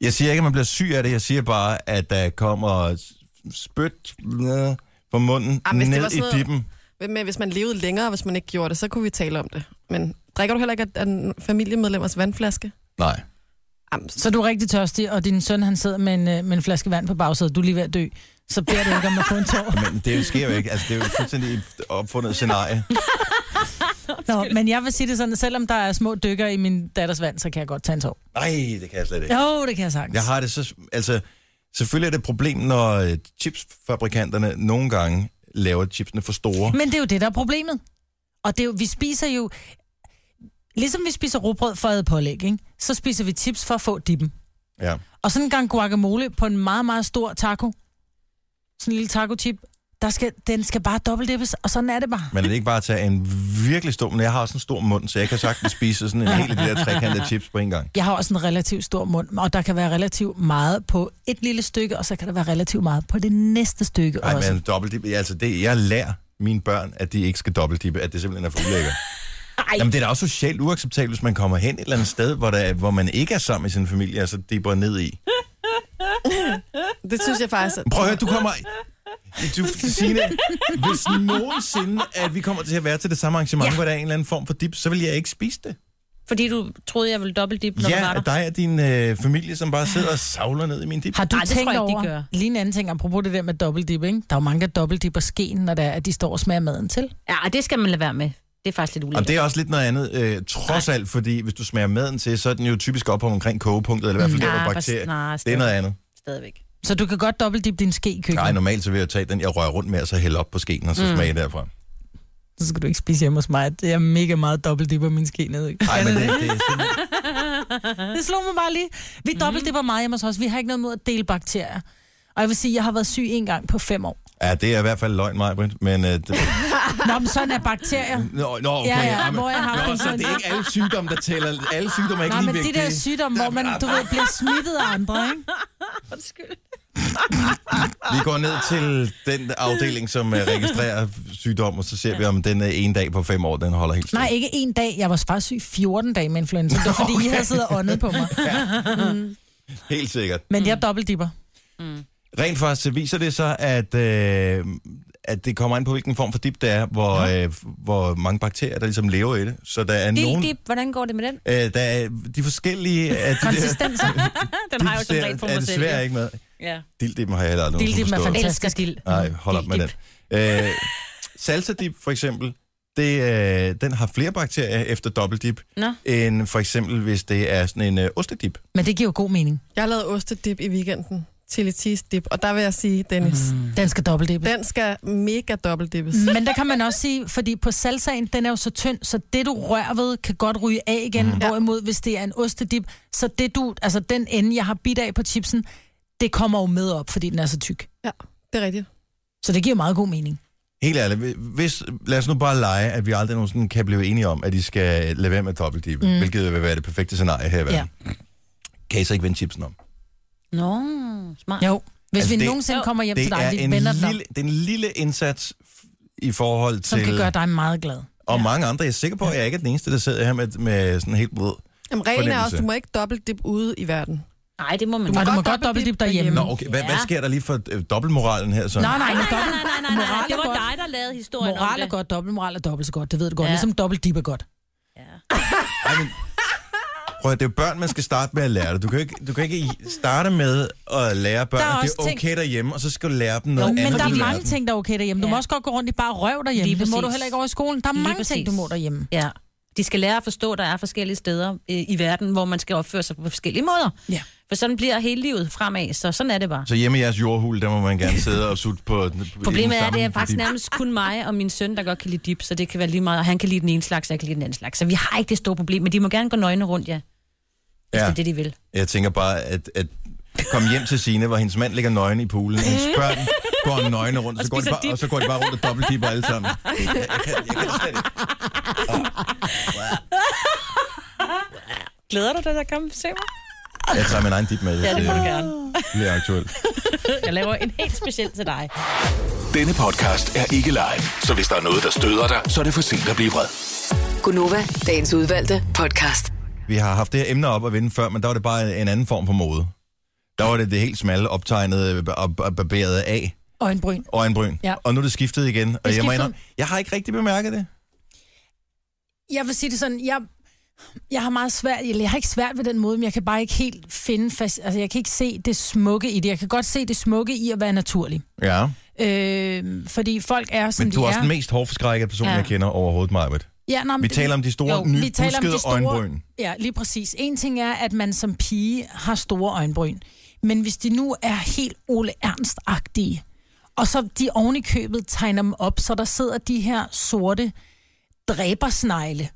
Jeg siger ikke, at man bliver syg af det. Jeg siger bare, at der kommer s- spyt øh, på munden
Ah, hvis det var
ned
sådan
i
noget-
dippen.
Men hvis man levede længere, hvis man ikke gjorde det, så kunne vi tale om det. Men drikker du heller ikke af en familiemedlemmers vandflaske?
Nej.
Jamen, så
Så du er rigtig tørstig, og din søn han sidder med en, øh, med en flaske vand på bagsædet. Du er lige ved at dø. Så beder du ikke om at få en tår.
Men det sker jo ikke. Altså, det er jo fuldstændig et opfundet scenarie.
Nå, men jeg vil sige det sådan, at selvom der er små dykker i min datters vand, så kan jeg godt tage en tår.
Nej, det kan jeg slet ikke.
Jo, det kan jeg sagtens.
Jeg har det så... Altså, selvfølgelig er det et problem, når øh, chipsfabrikanterne nogle gange laver chipsene for store.
Men det er jo det, der er problemet. Og det er jo, vi spiser jo... Ligesom vi spiser rugbrød for at æde pålæg, ikke? så spiser vi chips for at få dippen.
Ja.
Og sådan en gang guacamole på en meget, meget stor taco. Sådan en lille taco-chip. Der skal, den skal bare dobbeltdippes, og sådan er det bare.
Men er det ikke bare at tage en virkelig stor... Men jeg har også en stor mund, så jeg kan sagtens spise sådan en hel af de der trekantede chips på en gang.
Jeg har også en relativt stor mund, og der kan være relativt meget på et lille stykke, og så kan der være relativt meget på det næste stykke Ej,
Nej,
også.
men dobbeltdippe... Altså, det, jeg lærer mine børn, at de ikke skal dobbeltdippe, at det simpelthen er for ulækkert. Jamen, det er da også socialt uacceptabelt, hvis man kommer hen et eller andet sted, hvor, der, er- hvor man ikke er sammen med sin familie, og så dipper ned i.
det synes jeg faktisk... At...
Prøv at høre, du kommer... Du, Signe, hvis nogensinde, at vi kommer til at være til det samme arrangement, ja.
Ja.
hvor der er en eller anden form for dip, så vil jeg ikke spise det.
Fordi du troede, jeg ville dobbeltdippe, når du
ja,
var der.
dig og din øh, familie, som bare sidder og savler ned i min dip.
Har du
Ej, det tror
tænkt
jeg ikke, de
over,
gør.
lige en anden ting, apropos det der med dobbeltdip, ikke? Der er jo mange, der dobbeltdipper skeen, når det er, at de står og smager maden til.
Ja, og det skal man lade være med. Det er faktisk lidt
Og
ulækkert.
det er også lidt noget andet, øh, trods alt, fordi hvis du smager maden til, så er den jo typisk op omkring kogepunktet, eller i hvert fald der,
Ah,
hvor
bare-
bakterier.
nej,
det er
stadig-
noget andet.
Stadigvæk.
Så du kan godt dobbeltdippe din ske i køkkenet.
Nej, normalt så vil jeg tage den, jeg rører rundt med, og så hælde op på skeen, og så mm. smage derfra.
Så skal du ikke spise hjemme hos mig. Det er mega meget dobbeltdipper min ske ned. i.
Nej, men det, det er sådan,
Det slog mig bare lige.
Mhm.
Vi dobbeltdipper meget hjemme hos os. Vi har ikke noget mod at dele bakterier. Og jeg vil sige, jeg har været syg en gang på fem år.
Ja, det er i hvert fald løgn, mig, Britt. Men, øh, det,
Nå, men sådan er bakterier.
nå, nå, okay.
Ja, ja,
men-
hvor jeg har
nå,
haft
så det er ikke alle sygdomme, der tæller. Alle sygdomme er ikke
Nej,
lige
men de
vigtige.
der sygdomme, hvor man, du ved, bliver smittet af andre, ikke?
Vi går ned til den afdeling, som øh, registrerer sygdom, og så ser vi, om den øh, ene dag på fem år, den holder helt
Nej, ikke en dag. Jeg var faktisk syg 14 dage med influenza. Det var, fordi okay. I havde siddet og åndet på mig.
Helt sikkert.
Men jeg dobbeltdipper.
Rent faktisk så viser det sig, at, øh, at det kommer an på, hvilken form for dip det er, hvor, øh, hvor mange bakterier, der ligesom lever i det. Så der er nogen...
Dildip, hvordan går det med den?
Øh, der er de forskellige... At de
Konsistenser.
Den
dips
har jeg jo som
der
regel på
er
mig selv.
desværre ikke med.
Ja.
Dildippen har jeg heller aldrig nogensinde
Dildippen er
forstået.
Jeg
fantastisk.
elsker dild.
Nej, hold op med den.
Dilddip.
Øh, salsa-dip, for eksempel, det, øh, den har flere bakterier efter dobbeltdip,
Nå.
end for eksempel, hvis det er sådan en øh, ostedip.
Men det giver jo god mening.
Jeg har lavet ostedip i weekenden. Chili cheese dip. Og der vil jeg sige, Dennis, mm.
Den skal dobbeltdippe.
den skal mega dobbeltdippes. Mm.
Men der kan man også sige, fordi på salsaen, den er jo så tynd, så det du rører ved, kan godt ryge af igen. Mm. Hvorimod, hvis det er en ostedip, så det du, altså den ende, jeg har bidt af på chipsen, det kommer jo med op, fordi den er så tyk.
Ja, det er rigtigt.
Så det giver meget god mening.
Helt ærligt, hvis, lad os nu bare lege, at vi aldrig nogensinde kan blive enige om, at de skal lade være med dobbeltdip, mm. hvilket vil være det perfekte scenarie her i verden. Kan I så ikke vende chipsen om?
Nå, smart.
Jo,
Altså,
hvis altså, vi
det-
det, nogensinde kommer hjem
Det
til dig,
er,
vi
en
vender den om,
lille, det er en lille indsats f- i forhold
som
til...
kan gøre dig meget glad.
Og mange andre. Jeg er sikker på, at jeg ikke er den eneste, der sidder her med, med sådan helt blød.
Jamen, reglen er
Fornemmelse.
også, du må ikke dobbeltdippe ude i verden.
Nej, det må man
Og
ikke.
du må
godt
godt dobbeltdippe
dobbeltdippe
derhjemme.
Nå,
Nå,
okay. Hvad, ja. hvad
Ja.
sker der lige for øh, dobbeltmoralen her så?
nej, nej, men
Nej, nej,
dobbelt,
nej, nej, nej, nej.
Moral
Det
er
var
godt.
dig, der lavede historien
moral er
om det.
godt, dobbeltmoral er dobbelt så godt, det ved du godt.
Ja.
Ja. Ligesom dobbeltdip er godt.
Ej, men, prøv at, det er jo børn, man skal starte med at lære det. Du kan jo ikke, du kan ikke i- starte med at lære børn,
Der er
at det
også
er okay
ting-
derhjemme, og så skal du lære dem noget
Jo,
andet.
men der
i
er mange
verden.
ting, der er okay derhjemme. Du
Ja.
må også godt gå rundt i bare røv derhjemme.
Lige
det må
præcis.
du heller ikke over i skolen. Der er
Lige
mange ting, du
præcis.
må derhjemme.
Ja. De skal lære at forstå, at der er forskellige steder øh, i verden, hvor man skal opføre sig på forskellige måder.
Ja.
For sådan bliver hele livet fremad, så sådan er det bare.
Så hjemme i jeres jordhul, der må man gerne sidde og sutte på...
Problemet er, at det er faktisk nærmest kun mig og min søn, der godt kan lide dip, så det kan være lige meget. Og han kan lide den ene slags, og jeg kan lide den anden slags. Så vi har ikke det store problem, men de må gerne gå nøgne rundt, ja. Hvis
Ja.
det er det, de vil.
Jeg tænker bare, at, at komme hjem til Sine, hvor hendes mand ligger nøgen i poolen. Hendes børn går nøgne rundt, så går, de
spiser
bare, og så går de bare rundt og dobbeltdipper alle sammen. Jeg kan, jeg kan det slet ikke.
Glæder du dig, der kommer se mig?
Jeg tager min egen dip med. Ja, det må du gerne. Det er aktuelt.
Jeg laver en helt speciel til dig.
Denne podcast er ikke live, så hvis der er noget, der støder dig, så er det for sent at blive vred.
Gunova, dagens udvalgte podcast.
Vi har haft det her emne op at vinde før, men der var det bare en anden form for mode. Der var det det helt smalle, optegnede og og barberede af
Øjenbryn.
øjenbryn.
Ja.
Og nu er det skiftet igen. Og
Det er
jeg, må
skiftet.
indrømme, jeg har ikke rigtig bemærket det.
Jeg vil sige det sådan, jeg, jeg har meget svært, eller jeg har ikke svært ved den måde, men jeg kan bare ikke helt finde fast, altså jeg kan ikke se det smukke i det. Jeg kan godt se det smukke i at være naturlig.
Ja,
Øh, fordi folk er, som
men
de
du er også
er.
den mest hårdforskrækkede person, ja.
Ja.
jeg kender overhovedet, Majbet.
Ja, nå, men-
Vi taler om de store,
Jo,
nye,
vi taler om de
buskede
store-
øjenbryn.
Ja, lige præcis. En ting er, at man som pige har store øjenbryn. Men hvis de nu er helt Ole Ernst-agtige, og så de oven i købet tegner dem op, så der sidder de her sorte dræbersnegle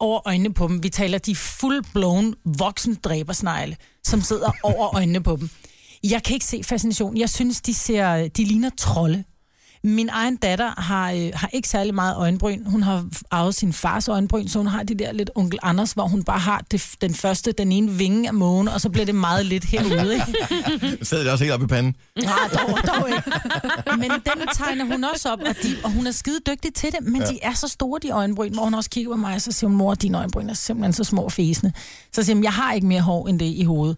over øjnene på dem. Vi taler de full-blown voksen dræbersnegle, som sidder over øjnene på dem. Jeg kan ikke se fascination. Jeg synes, de, ser, de ligner trolde. Min egen datter har, øh, har ikke særlig meget øjenbryn. Hun har arvet sin fars øjenbryn, så hun har de der lidt onkel Anders, hvor hun bare har det, den første, den ene vinge af mågen, og så bliver det meget lidt herude. Ikke?
Mm. Sidder det også helt oppe i panden?
Nej, dog, dog ikke. Men den tegner hun også op, og, de, og hun er skide dygtig til det, men ja. de er så store, de øjenbryn, hvor hun også kigger på mig, og så siger hun, mor, dine øjenbryn er simpelthen så små og fæsende. Så siger hun, jeg har ikke mere hår end det i hovedet.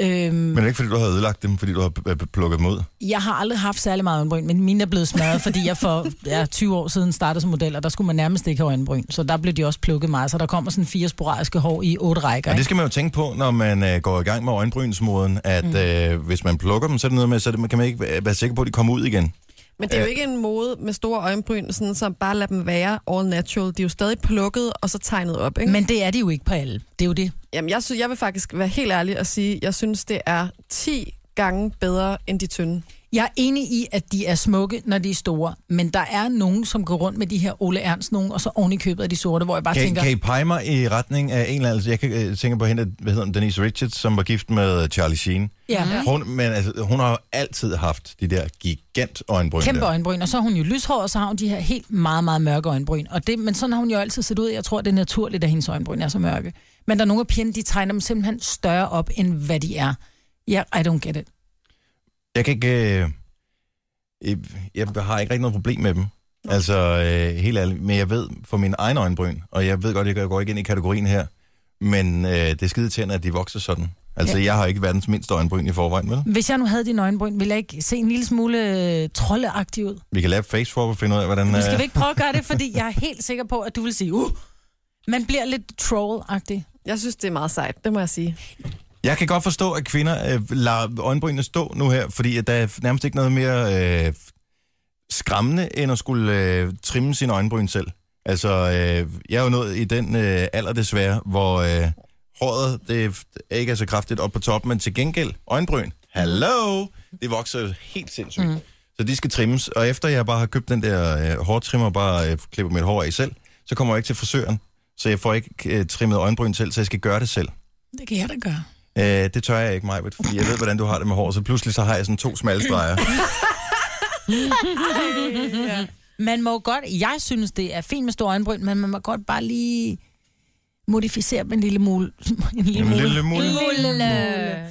Øhm,
Men det er ikke, fordi du har ødelagt dem, fordi du har øh, plukket dem ud.
jeg har aldrig haft særlig meget øjenbryn, men mine er blevet smadret, fordi jeg for ja, 20 år siden startede som model, og der skulle man nærmest ikke have øjenbryn. Så der blev de også plukket meget, så der kommer sådan fire sporadiske hår i otte rækker.
Og det
Ikke?
skal man jo tænke på, når man øh, går i gang med øjenbrynsmoden, at
Mm.
øh, hvis man plukker dem, så er det noget med, så er det, kan man ikke være- være sikker på, at de kommer ud igen.
Men det er jo ikke en mode med store øjenbryn, sådan som bare lader dem være all natural. De er jo stadig plukket og så tegnet op, ikke? Men...
Men det er de jo ikke på alle. Det er jo det.
Jamen, jeg, sy- jeg vil faktisk være helt ærlig og sige, jeg synes, det er 10 gange bedre end de tynde.
Jeg er enig i, at de er smukke, når de er store, men der er nogen, som går rundt med de her Ole Ernst nogen, og så oven i købet af de sorte, hvor jeg bare
Kan,
tænker,
kan I pege mig i retning af en eller anden... Jeg kan øh, tænke på hende, hvad hedder hun, Denise Richards, som var gift med øh, Charlie Sheen.
Ja.
Hun, men altså, hun har jo altid haft de der gigant øjenbryn
kæmpe
der.
øjenbryn, og så er hun jo lyshåret, og så har hun de her helt meget, meget mørke øjenbryn. Og det, men sådan har hun jo altid set ud. Jeg tror, det er naturligt, at hendes øjenbryn er så mørke. Men der er nogle af pigerne, de tegner dem simpelthen større op, end hvad de er. Ja, yeah, I don't get it.
Jeg kan ikke... Øh, jeg, jeg har ikke rigtig noget problem med dem. Altså, øh, helt ærligt. Men jeg ved for min egen øjenbryn, og jeg ved godt, at jeg går ikke ind i kategorien her, men øh, det er skide tænder, at de vokser sådan. Altså, ja. jeg har ikke verdens mindste øjenbryn i forvejen, vel?
Hvis jeg nu havde dine øjenbryn, ville jeg ikke se en lille smule øh, troldeagtig ud?
Vi kan lave face swap og finde ud af, hvordan...
Nu skal
øh,
vi ikke prøve at gøre det, fordi jeg er helt sikker på, at du vil sige, uh, man bliver lidt troll-agtig.
Jeg synes, det er meget sejt, det må jeg sige.
Jeg kan godt forstå, at kvinder øh, lader øjenbrynene stå nu her, fordi at der er nærmest ikke noget mere øh, skræmmende, end at skulle øh, trimme sin øjenbryn selv. Altså, øh, jeg er jo nået i den øh, alder desværre, hvor øh, håret det er ikke er så kraftigt op på toppen, men til gengæld øjenbryn, hallo, det vokser jo helt sindssygt. Mm. Så de skal trimmes, og efter jeg bare har købt den der øh, hårtrimmer og bare øh, klipper mit hår af selv, så kommer jeg ikke til frisøren, så jeg får ikke øh, trimmet øjenbryn selv, så jeg skal gøre det selv.
Det kan jeg da gøre.
Øh, det tør jeg ikke, Majbet, fordi jeg ved, hvordan du har det med hår, så pludselig så har jeg sådan to smalle streger.
Man må godt, jeg synes, det er fint med store øjenbryn, men man må godt bare lige modificere dem en lille mul. En lille
Jamen,
mul.
lille mul.
Mulle.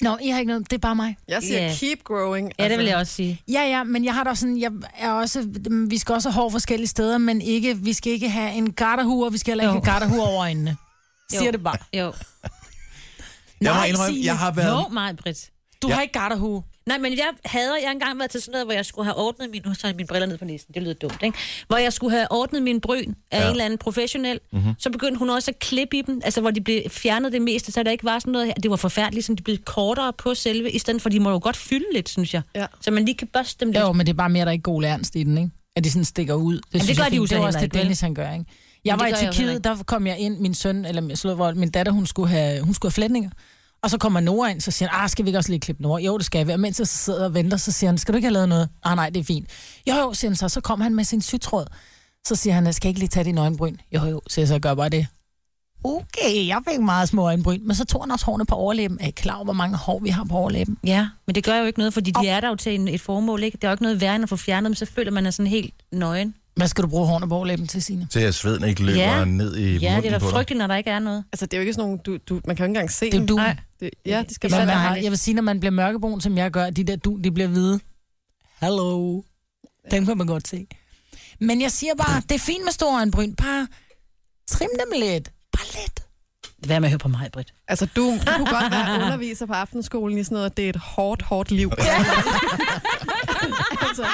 Nå, I har ikke noget, det er bare mig.
Jeg siger,
Ja.
yeah. keep growing. Altså,
Ja, det vil jeg også sige.
Ja, ja, men jeg har da sådan, jeg er også, vi skal også have hår forskellige steder, men ikke, vi skal ikke have en garterhue, og vi skal heller ikke
Jo.
have garterhue over øjnene.
Jo.
Siger det bare.
Jo.
Jeg må
Nej,
indrømme,
Signe.
jeg har været...
Jo, meget Britt.
Du
Ja.
ja. har ikke garterhue.
Nej, men jeg hader, jeg har engang været til sådan noget, hvor jeg skulle have ordnet min, nu tager jeg mine briller ned på næsen, det lyder dumt, ikke? Hvor jeg skulle have ordnet min
Ja.
bryn af
Mhm.
ja. en eller anden professionel, mm-hmm. så begyndte hun også at klippe i dem, altså hvor de blev fjernet det meste, så der ikke var sådan noget her. Det var forfærdeligt, som de blev kortere på selve, i stedet for, de må jo godt fylde lidt, synes jeg.
Ja.
Så man lige kan børste dem lidt.
Jo, men det er bare mere, der er ikke god lærnst i den, ikke? At de sådan stikker ud. Det, synes
gør
jeg,
de jo
fint.
så
Det var
heller
også det,
ikke, vel?
Dennis han gør, ikke? Jeg
det
var i
gør jeg jo
Tyrkiet,
heller
der kom jeg ind, min søn, eller min, slå, hvor min datter, hun skulle have, hun skulle have flætninger. Og så kommer Nora ind, så siger han, ah, skal vi ikke også lige klippe Nora? Jo, det skal vi. Og mens jeg så sidder og venter, så siger han, skal du ikke have lavet noget? Ah, nej, det er fint. Jo, jo, siger han så. Så kom han med sin sytråd. Så siger han, skal jeg ikke lige tage dine øjenbryn? Jo, jo, siger jeg så, gør bare det. Okay, jeg fik meget små øjenbryn, men så tog han også hårene på overlæben. Er I klar over, hvor mange hår vi har på overlæben?
Ja, men det gør jo ikke noget, fordi de er der jo til en, et formål, ikke? Det er jo ikke noget værre end at få fjernet dem, så føler man er sådan helt nøgen.
Hvad skal du bruge hårene på overlæben til, Signe?
Til at sveden ikke løber
Ja.
ned i
Ja,
munden
det er da
på dig.
frygteligt, når der ikke er noget.
Altså, det er jo ikke sådan nogle, du, du, man kan jo ikke engang se
Det er
dem.
du.
Nej, det, ja, de skal
Når
være
man har,
dejligt.
jeg vil sige, når man bliver mørkebrun, som jeg gør, de der dun, de bliver hvide. Hallo. Dem kan man godt se. Men jeg siger bare, det er fint med store øjenbryn. Bare trim dem lidt. Bare lidt.
Hvad med at høre på mig, Britt?
Altså, du, du kunne godt være underviser på aftenskolen i sådan noget, det er et hårdt, hårdt liv. altså,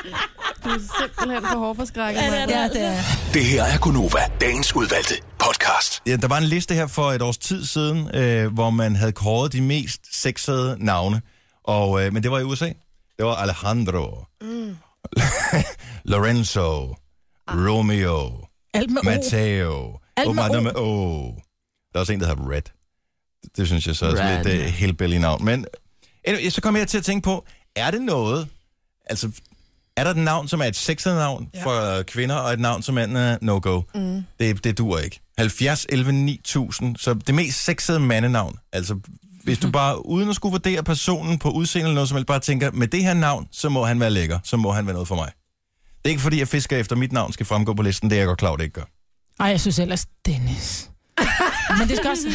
du er simpelthen for hårdforskrækket. Ja,
det
det er.
Det her er Gunova, dagens udvalgte podcast.
Ja, der var en liste her for et års tid siden, øh, hvor man havde kåret de mest sexede navne. Og, øh, men det var i USA. Det var Alejandro, mm. Lorenzo, Romeo,
Alt med O.
Matteo.
Alt med
Åbenbart noget med
O.
O. Der er også en, der hedder Red. Det synes jeg så er
Red.
lidt uh, helt navn. Men anyway, så kom jeg til at tænke på, er det noget... Altså, er der et navn, som er et sexet navn ja. for kvinder, og et navn, som er uh, no-go? Mm. Det, det dur ikke. 70, 11, 9000. Så det mest sexede mandenavn. Altså, hvis du bare, uden at skulle vurdere personen på udseende eller noget som helst, bare tænker, med det her navn, så må han være lækker. Så må han være noget for mig. Det er ikke fordi, jeg fisker efter, mit navn skal fremgå på listen. Det er jeg godt klar, over, det ikke gør.
Ej, jeg synes ellers, Dennis. Men det skal, også,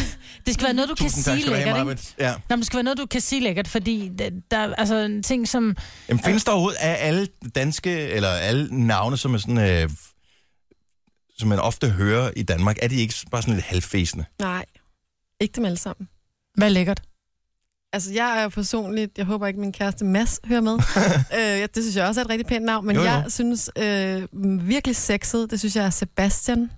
det skal være noget, du kan
Tusind tak
sige
skal du have,
lækkert, ikke?
Marbet. Ja.
Nå, men det skal være noget, du kan sige lækkert, fordi der, der altså en ting som...
Jamen, findes der overhovedet af alle danske, eller alle navne, som er sådan, øh, som man ofte hører i Danmark, er de ikke bare sådan lidt halvfæsende?
Nej, ikke dem alle sammen.
Hvad er lækkert?
Altså, jeg er jo personligt, jeg håber ikke, min kæreste Mads hører med. øh, ja, det synes jeg også er et rigtig pænt navn, men
Jo,
jo,
jo.
jo. jeg synes øh, virkelig sexet, det synes jeg er Sebastian.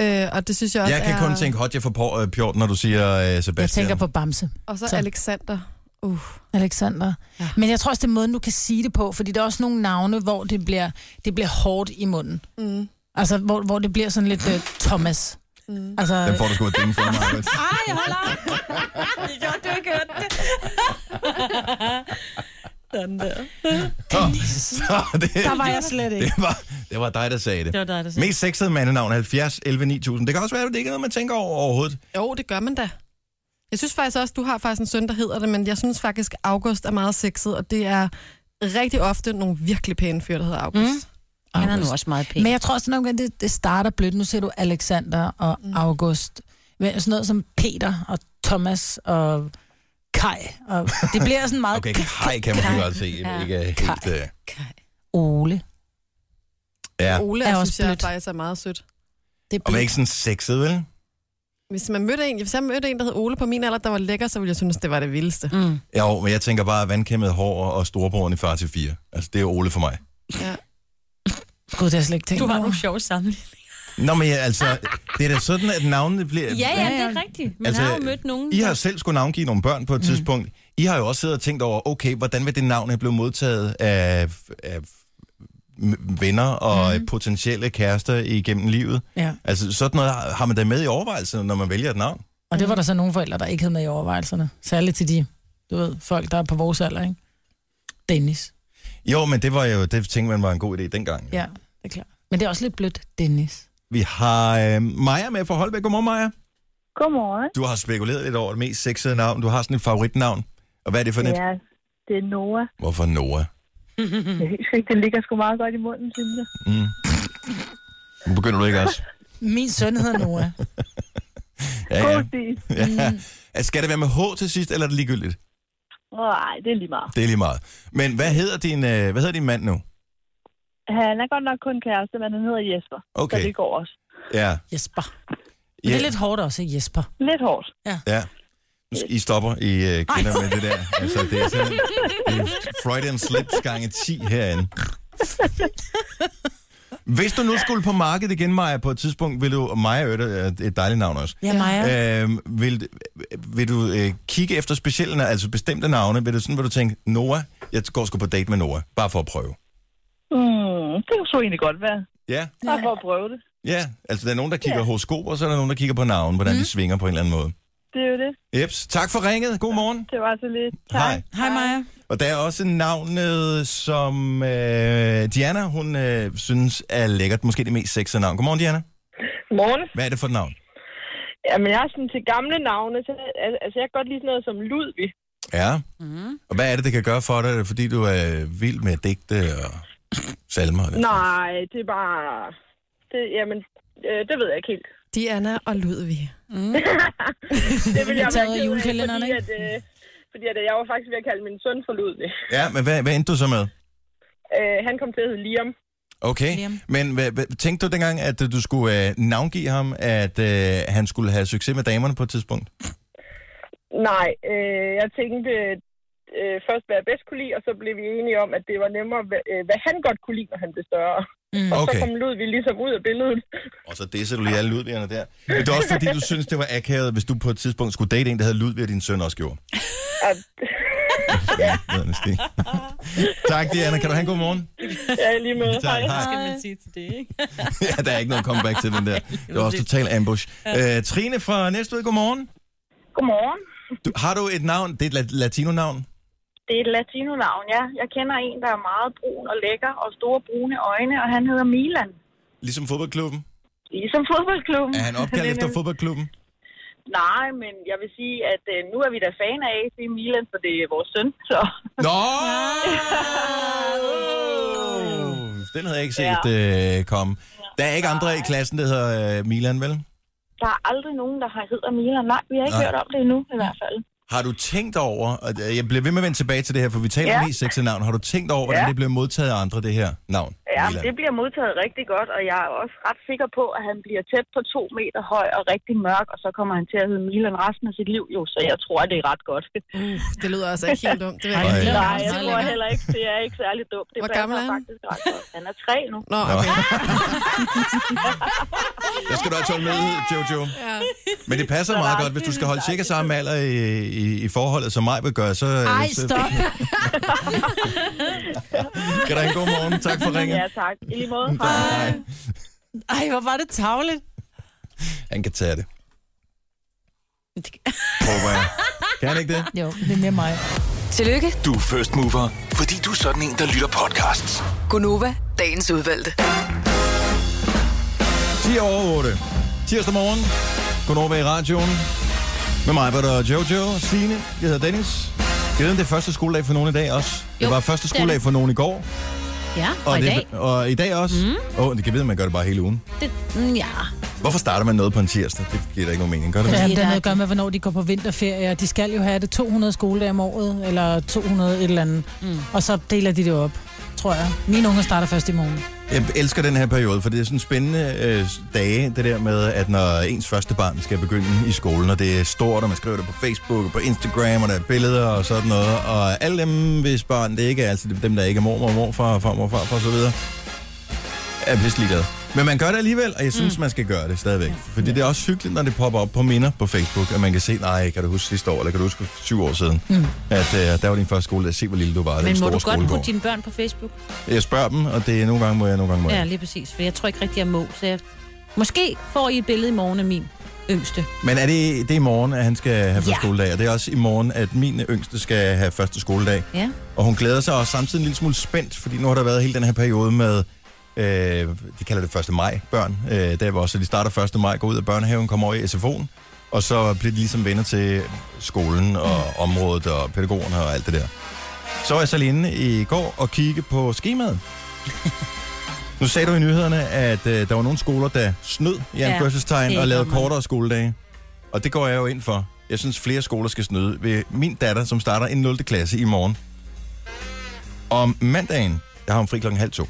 Øh, og det synes jeg også
Jeg kan
er...
kun tænke hot, jeg får på, øh, pjort, når du siger øh, Sebastian.
Jeg tænker på Bamse.
Og så
Så.
Alexander. Uh,
Alexander. Ja. Men jeg tror også, det er måden, du kan sige det på, fordi der er også nogle navne, hvor det bliver, det bliver hårdt i munden. Mm. Altså, hvor, hvor det bliver sådan lidt uh, Thomas. Mm. Altså,
Den får du sgu et ding for, Marbet.
Ej, hold op! jo, du har ikke hørt det. Den der.
Så det,
Der var jeg slet ikke.
det, var, det var dig, der sagde det.
Det var dig, der sagde
Mest sexede mandenavn, 70, 11, 9000. Det kan også være, at det ikke er noget, man tænker over overhovedet.
Jo, det gør man da. Jeg synes faktisk også, du har faktisk en søn, der hedder det, men jeg synes faktisk, August er meget sexet, og det er rigtig ofte nogle virkelig pæne fyre, der hedder August. Mm.
Han er nu også meget pæn.
Men jeg tror også, at det, det starter blødt. Nu ser du Alexander og mm. August. Men sådan noget som Peter og Thomas og Kai. Og det bliver sådan meget
Okay, hej kan man godt se.
Ja.
Ikke er helt, øh,
Ole.
ja.
Ole,
Er
er
også
synes jeg
blødt.
faktisk er meget sødt.
Og man
Det
er
bliver...
ikke sådan sexet, vel?
Hvis man mødte en, hvis jeg mødte en, der hed Ole på min alder, der var lækker, så ville jeg synes, det var det vildeste. Mm.
Jo, men jeg tænker bare vandkæmmet hår og storebroren i far til fire. Altså, det er Ole for mig.
Ja.
Gud, det har jeg slet ikke tænkt
Du har
over.
nogle sjove sammenligninger.
Nå, men jeg, altså, det er da sådan, at navnene bliver...
Ja, ja, det er rigtigt. Man altså, har jo mødt nogen.
I har selv skulle navngive nogle børn på et mm. tidspunkt. I har jo også siddet og tænkt over, okay, hvordan vil det navn blive modtaget af, af m- venner og mm. potentielle kærester igennem livet?
Ja.
Altså, sådan noget har har man da med i overvejelsen, når man vælger et navn.
Og det var der så nogle forældre, der ikke havde med i overvejelserne. Særligt til de, du ved, folk, der er på vores alder, ikke? Dennis.
Jo, men det var jo, det tænkte man var en god idé dengang.
Ja, det er klart. Men det er også lidt blødt, Dennis.
Vi har øh, Maja med fra Holbæk. Godmorgen, Maja.
Godmorgen.
Du har spekuleret lidt over det mest sexede navn. Du har sådan et favoritnavn. Og hvad er det for et?
Ja, det er Nora.
Hvorfor Noah?
Mm.
Jeg husker ikke, den ligger sgu meget godt i munden, synes jeg.
Nu begynder du ikke også?
Min søn hedder Noah.
Ja, ja.
Præcis.
ja.
mm.
Altså, Skal det være med H til sidst, eller er det ligegyldigt?
Nej, det er lige meget.
Det er lige meget. Men hvad hedder din, øh, hvad hedder din mand nu?
Han er godt nok kun kæreste, men han hedder Jesper.
Okay.
Så det går også.
Ja.
Jesper. Men det er lidt hårdt også, ikke Jesper?
Lidt hårdt.
Ja. Nu skal I stopper i øh, kvinder med det der. Altså, det er sådan det er Freudian slips gange 10 herinde. Hvis du nu skulle på markedet igen, Maja, på et tidspunkt, vil du... Og Maja øh, det er et dejligt navn også.
Ja, Maja.
Øh, vil, vil du øh, kigge efter specielle, altså bestemte navne? Vil du, sådan, vil du tænke, Noah, jeg går sgu på date med Noah, bare for at prøve.
Mm, det kunne sgu egentlig godt være.
Ja,
Bare for at prøve det.
ja. Altså, der er nogen, der kigger horoskop, og så er der nogen, der kigger på navne, hvordan de svinger på en eller anden måde.
Det er jo det.
Jeps. Tak for ringet. God morgen.
Det var så lidt.
Hej.
Hej, Maja.
Og der er også navnet, som øh, Diana, hun øh, synes er lækkert. Måske det mest sexede navn. Godmorgen, Diana.
Morgen.
Hvad er det for et navn?
Jamen, jeg er sådan til gamle navne. Så, al- altså, jeg kan godt lide sådan noget som Ludvig.
Ja. Mm. Og hvad er det, det kan gøre for dig? Er det, fordi du er vild med digte og salmer? og den slags?
Nej, det er bare... Det, jamen, øh, det ved jeg ikke helt.
Diana og Ludvig.
Det vil jeg
taget
ked af,
julekalenderen,
fordi,
ikke?
at, øh, fordi at, øh, jeg var faktisk ved at kalde min søn for Ludvig.
Ja, men hvad, hvad endte du så med?
Øh, han kom til at hedde Liam.
Okay,
Liam.
men hvad, hvad, tænkte du dengang, at øh, du skulle øh, navngive ham, at øh, han skulle have succes med damerne på et tidspunkt?
Nej, øh, jeg tænkte øh, først, hvad jeg bedst kunne lide, og så blev vi enige om, at det var nemmere, hvad, øh, hvad han godt kunne lide, når han blev større.
Mm.
Så
Okay,
kom Ludvig ligesom ud af billedet.
og så disser du lige alle Ludvigerne der. Men det er også fordi, du synes, det var akavet, hvis du på et tidspunkt skulle date en, der havde Ludvig, og din søn også gjorde.
At,
Ja. ned ad en sti. tak, Diana. Kan du have en god morgen?
ja, lige med.
Tak, hej.
man sige til det, ikke?
Ja, der er ikke noget comeback til den der. Det var også total ambush. Øh, Trine fra Næstved, godmorgen.
Godmorgen.
Du, har du et navn? Det er et la- latino-navn.
Det er et latinonavn, ja. Jeg kender en, der er meget brun og lækker og store brune øjne, og han hedder Milan.
Ligesom fodboldklubben.
Ligesom fodboldklubben.
Er han opkaldt efter fodboldklubben?
Nej, men jeg vil sige, at øh, nu er vi da fan af AC Milan, for det er vores søn, så...
Nå! Åh, Den havde jeg ikke set øh, komme. Der er ikke andre i klassen, der hedder øh, Milan, vel?
Der er aldrig nogen, der har hedder Milan. Nej, vi har ikke
Nej.
Nej. hørt om det endnu, i hvert fald.
Har du tænkt over, og øh, jeg bliver ved med at vende tilbage til det her, for vi taler
Ja.
om mest sexede navn. Har du tænkt over, hvordan
Ja.
det bliver modtaget af andre, det her navn?
Ja,
Milan?
det bliver modtaget rigtig godt, og jeg er også ret sikker på, at han bliver tæt på to meter høj og rigtig mørk, og så kommer han til at hedde Milan resten af sit liv, jo, så jeg tror, at det er ret godt.
Uh, det lyder altså ikke helt dumt. Det vil jeg
Ej.
ikke.
Nej, jeg
meget
tror
lækkert.
heller ikke, det er ikke særlig dumt. Det
Hvor
passer
gammel er han?
faktisk ret godt. Han er tre nu.
Nå, okay.
Der skal du også holde med, Jojo. Ja. Men det passer meget godt, hvis du skal holde cirka samme alder i, i, i forholdet, som mig vil gøre, så, øh,
Ej,
så
stop.
kan der en god morgen. Tak for ringen.
Ja, tak. I lige måde. Hej.
Hej.
Ej, hvor var det tavligt.
Han kan tage det. Håber jeg. Kan han ikke det?
Jo, det er mere mig.
Tillykke,
Du er first mover, fordi du er sådan en, der lytter podcasts.
Gunova, dagens udvalgte.
10 over 8. Tirsdag morgen. Godnova i radioen. Med mig var der Jojo, Signe, jeg hedder Dennis. Jeg ved, om det er første skoledag for nogen i dag også. Jo,
Jo,
det var første
det er
skoledag
det.
for nogen i går.
Ja, og,
Og,
i
det,
dag, Mhm.
Og i dag også. Mm. Åh, det kan vide, at man gør det bare hele ugen.
det, mm, ja,
Hvorfor starter man noget på en tirsdag? Det giver da ikke nogen mening. Gør det
Ja,
ja.
det har noget at gøre med, hvornår de går på vinterferie, og de skal jo have det 200 skoledage om året, eller 200 et eller andet. Mm. Og så deler de det op, tror jeg. Mine unger starter først i morgen.
Jeg elsker den her periode, for det er sådan spændende øh, dage, det der med, at når ens første barn skal begynde i skolen, og det er stort, og man skriver det på Facebook og på Instagram, og der er billeder og sådan noget, og alle dem, hvis barn det ikke er, altså dem, der ikke er mormor, morfar, farmor, farfar og så videre, er pisse ligeglade. Men man gør det alligevel, og jeg synes, mm. man skal gøre det stadigvæk. Fordi det er også hyggeligt, når det popper op på minder på Facebook, at man kan se, nej, kan du huske sidste år, eller kan du huske for syv år siden, mm. at øh, der var din første skole, der se, hvor lille du var.
men
den
må
store
du godt
skolegård.
putte dine børn på Facebook?
Jeg spørger dem, og det er nogle gange må jeg, nogle gange må jeg.
Ja, lige præcis, for jeg tror ikke rigtig, jeg må. Så jeg, måske får I et billede i morgen af min yngste.
Men er det, det er i morgen, at han skal have første ja.
Ja.
skoledag, og det er også i morgen, at min yngste skal have første skoledag.
Ja.
Og hun glæder sig også samtidig en lille smule spændt, fordi nu har der været hele den her periode med, øh, de kalder det 1. maj, børn. Øh, der var også, de starter 1. maj, går ud af børnehaven, kommer over i SFO'en, og så bliver de ligesom venner til skolen og området og pædagogerne og alt det der. Så var jeg så lige inde i går og kigge på skemaet. nu sagde du i nyhederne, at øh, der var nogle skoler, der snød i
Ja,
anførselstegn
det
og lavede
gør man.
kortere skoledage. Og det går jeg jo ind for. Jeg synes, flere skoler skal snyde. Ved min datter, som starter i 0. klasse i morgen. Om mandagen, jeg har hun fri klokken halv to.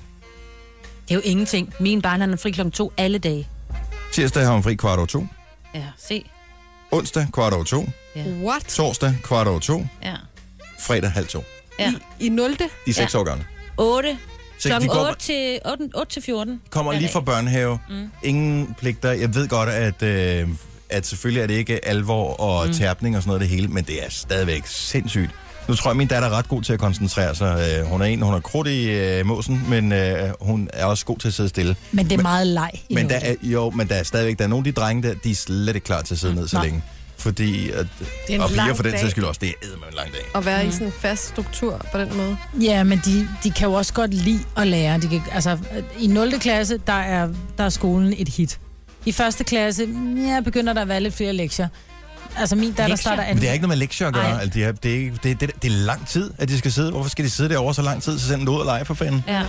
Det er jo ingenting. Min barn han er fri klokken to alle dage.
Tirsdag har hun fri kvart over to.
Ja, se.
Onsdag kvart over to.
What?
Torsdag kvart over to.
Ja.
Fredag halv to.
ja.
I, I 0.
De er seks ja. år gange.
8.
Så
Klokken
de går-
8 til, 8, 8 til 14.
Kommer
hver
lige
dag.
fra børnehave. Mm. Ingen pligter. Jeg ved godt, at, øh, at selvfølgelig er det ikke alvor og mm. tærpning og sådan noget det hele, men det er stadigvæk sindssygt. Nu tror jeg, min datter er ret god til at koncentrere sig. Øh, hun er en, hun er krudt i øh, måsen, men øh, hun er også god til at sidde stille.
Men det er meget leg. i
Men
noget.
der er, jo, men der er stadigvæk der er nogle af de drenge der, de er slet ikke klar til at sidde ned så
Nej.
længe. Fordi, at,
er en
og piger
lang
for den
dag.
sags skyld også, det er eddermame en lang dag.
At være mm. i sådan en fast struktur på den måde.
Ja, men de, de kan jo også godt lide at lære. De kan, altså, I 0. klasse, der er, der er skolen et hit. I 1. klasse, ja, begynder der at være lidt flere lektier. Altså min datter
Lektier?
starter
Men
anden.
det er ikke noget med lektier at gøre.
Ej.
Altså, det, er, det, er, ikke- det, det, det er lang tid, at de skal sidde. Hvorfor skal de sidde derovre så lang tid, så send dem ud og lege for fanden?
Ja. Det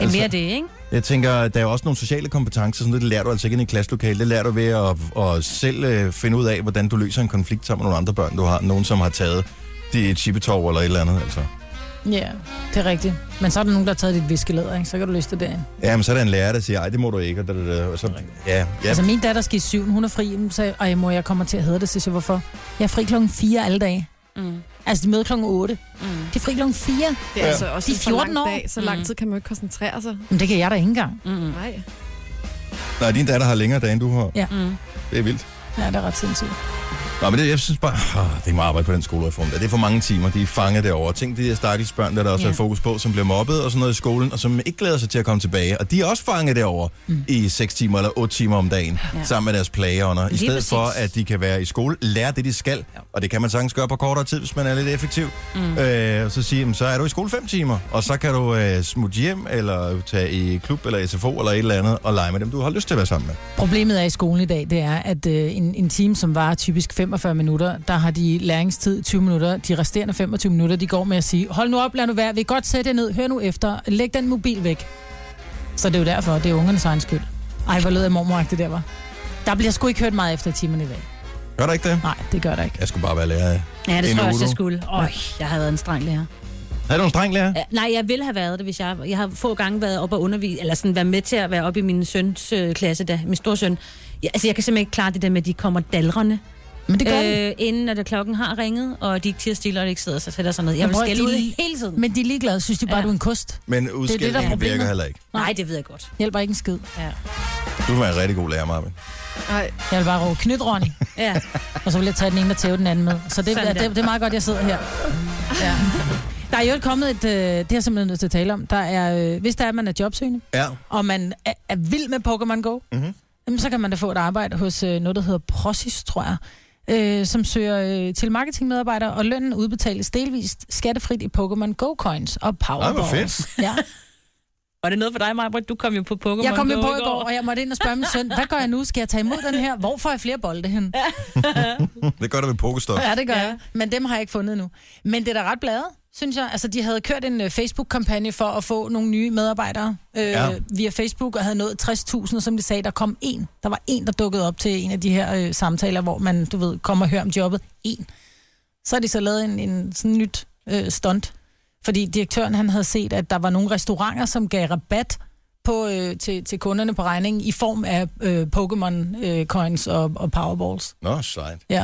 er
Altså-
mere det, ikke?
Jeg tænker, der er jo også nogle sociale kompetencer, sådan noget, det lærer du altså ikke inde i et klasselokale. Det lærer du ved at, at selv øh, finde ud af, hvordan du løser en konflikt sammen med nogle andre børn, du har. Nogen, som har taget dit chippetov eller et eller andet. Altså.
Ja, det er rigtigt. Men så er der nogen, der har taget dit viskelæder, ikke? Så kan du løse det derind. Ja.
Ja, men så er der en lærer, der siger, ej, det må du ikke. Og, da, da, da, og så, ja, ja.
Altså min datter skal i 7, hun er fri. Hun sagde, ej mor, jeg kommer til at hedde det, så siger jeg, hvorfor? Jeg er fri klokken 4 alle dage.
Mm.
Altså de møder klokken 8.
Mm.
De er fri klokken 4.
Det er
Ja.
ja. altså også
De
de
er
14
14 år. Mm.
lang dag, så lang tid kan man jo ikke koncentrere sig.
Men det kan jeg da ikke engang.
Mm.
Nej.
Nej, din datter har længere dage, end du har.
Ja.
Mm.
Det er vildt.
Ja, det er ret sindssygt.
Nå, men det, jeg synes bare, oh, det er meget arbejde på den skolereform. Der. Det er for mange timer, de er fanget derovre. Tænk de der stakkels børn, der, der også
Ja.
er fokus på, som bliver mobbet og sådan noget i skolen, og som ikke glæder sig til at komme tilbage. Og de er også fanget derovre mm. i 6 timer eller 8 timer om dagen, ja.
Ja.
sammen med deres plageånder. I
Lige
stedet
præcis.
for, at de kan være i skole, lære det, de skal. Ja. Og det kan man sagtens gøre på kortere tid, hvis man er lidt effektiv. Mm. Øh, og så sige, jamen, så er du i skole 5 timer, og så kan du øh, smutte hjem, eller tage i klub, eller SFO, eller et eller andet, og lege med dem, du har lyst til at være sammen med.
Problemet er i skolen i dag, det er, at øh, en, en time, som varer typisk 45 minutter, der har de læringstid 20 minutter. De resterende 25 minutter, de går med at sige, hold nu op, lad nu være, vi kan godt sætte jer ned, hør nu efter, læg den mobil væk. Så det er jo derfor, det er ungernes egen skyld. Ej, hvor lød jeg mormoragtigt der var. Der bliver sgu ikke hørt meget efter i timerne i dag.
Gør der ikke det?
Nej, det gør der ikke.
Jeg skulle bare være lærer.
Ja, det
En
tror jeg også, jeg
Udo.
skulle. Øj, jeg har været en streng lærer.
Er du en streng lærer?
Ja, nej, jeg ville have været det, hvis jeg... Jeg har få gange været op og undervise, eller sådan været med til at være oppe i min søns øh, klasse, da, min storsøn. Ja, altså, jeg kan simpelthen ikke klare det der med, at de kommer dalrende,
Men det gør øh, de.
øh, inden at klokken har ringet, og de ikke tiger stille, og de ikke sidder sig sætter sig ned. Jeg
Men
vil
prøv at
skælde ud
de-
hele tiden.
Men de er ligeglade, synes de bare,
Ja.
du er en kost.
Men
der er
udskældningen virker
problemet.
heller ikke.
Nej, det ved jeg godt.
Hjælper ikke en skid.
Ja.
Du vil være en rigtig god lærer, Marvin.
Nej.
Jeg vil bare råbe, knyt Ronny,
ja.
og så vil jeg tage den ene og tæve den anden med. Så det,
Sådan
er,
der.
det, det er meget godt, jeg sidder her.
ja.
Der er jo kommet et, øh, det er jeg simpelthen nødt til at tale om, der er, øh, hvis der er, at man er jobsøgende,
Ja.
og man er, er vild med Pokémon Go,
Mhm.
mm-hmm. så kan man da få et arbejde hos øh, noget, der hedder Prosis, tror jeg. øh, som søger øh, til marketingmedarbejdere, og lønnen udbetales delvist skattefrit i Pokémon Go Coins og Powerballs.
fedt.
Ja.
Var det noget for dig, Maja? Du kom jo på Pokémon
Jeg kom jo
Go
på i går, og jeg måtte ind og spørge min søn, hvad gør jeg nu? Skal jeg tage imod den her? Hvor får jeg flere bolde hen? Ja,
Det gør der ved Pokestop.
ja det gør ja. jeg. Men dem har jeg ikke fundet endnu. Men det er da ret bladet, synes jeg. Altså, de havde kørt en øh, Facebook-kampagne for at få nogle nye medarbejdere øh,
Ja.
ja. via Facebook, og havde nået 60.000, og som de sagde, der kom en. Der var en, der dukkede op til en af de her øh, samtaler, hvor man, du ved, kommer og hører om jobbet. En. Så har de så lavet en, en sådan nyt øh, stunt. Fordi direktøren han havde set, at der var nogle restauranter, som gav rabat på, øh, til, til kunderne på regningen i form af øh, Pokémon øh, coins og, og Powerballs.
Nå, sejt.
Ja.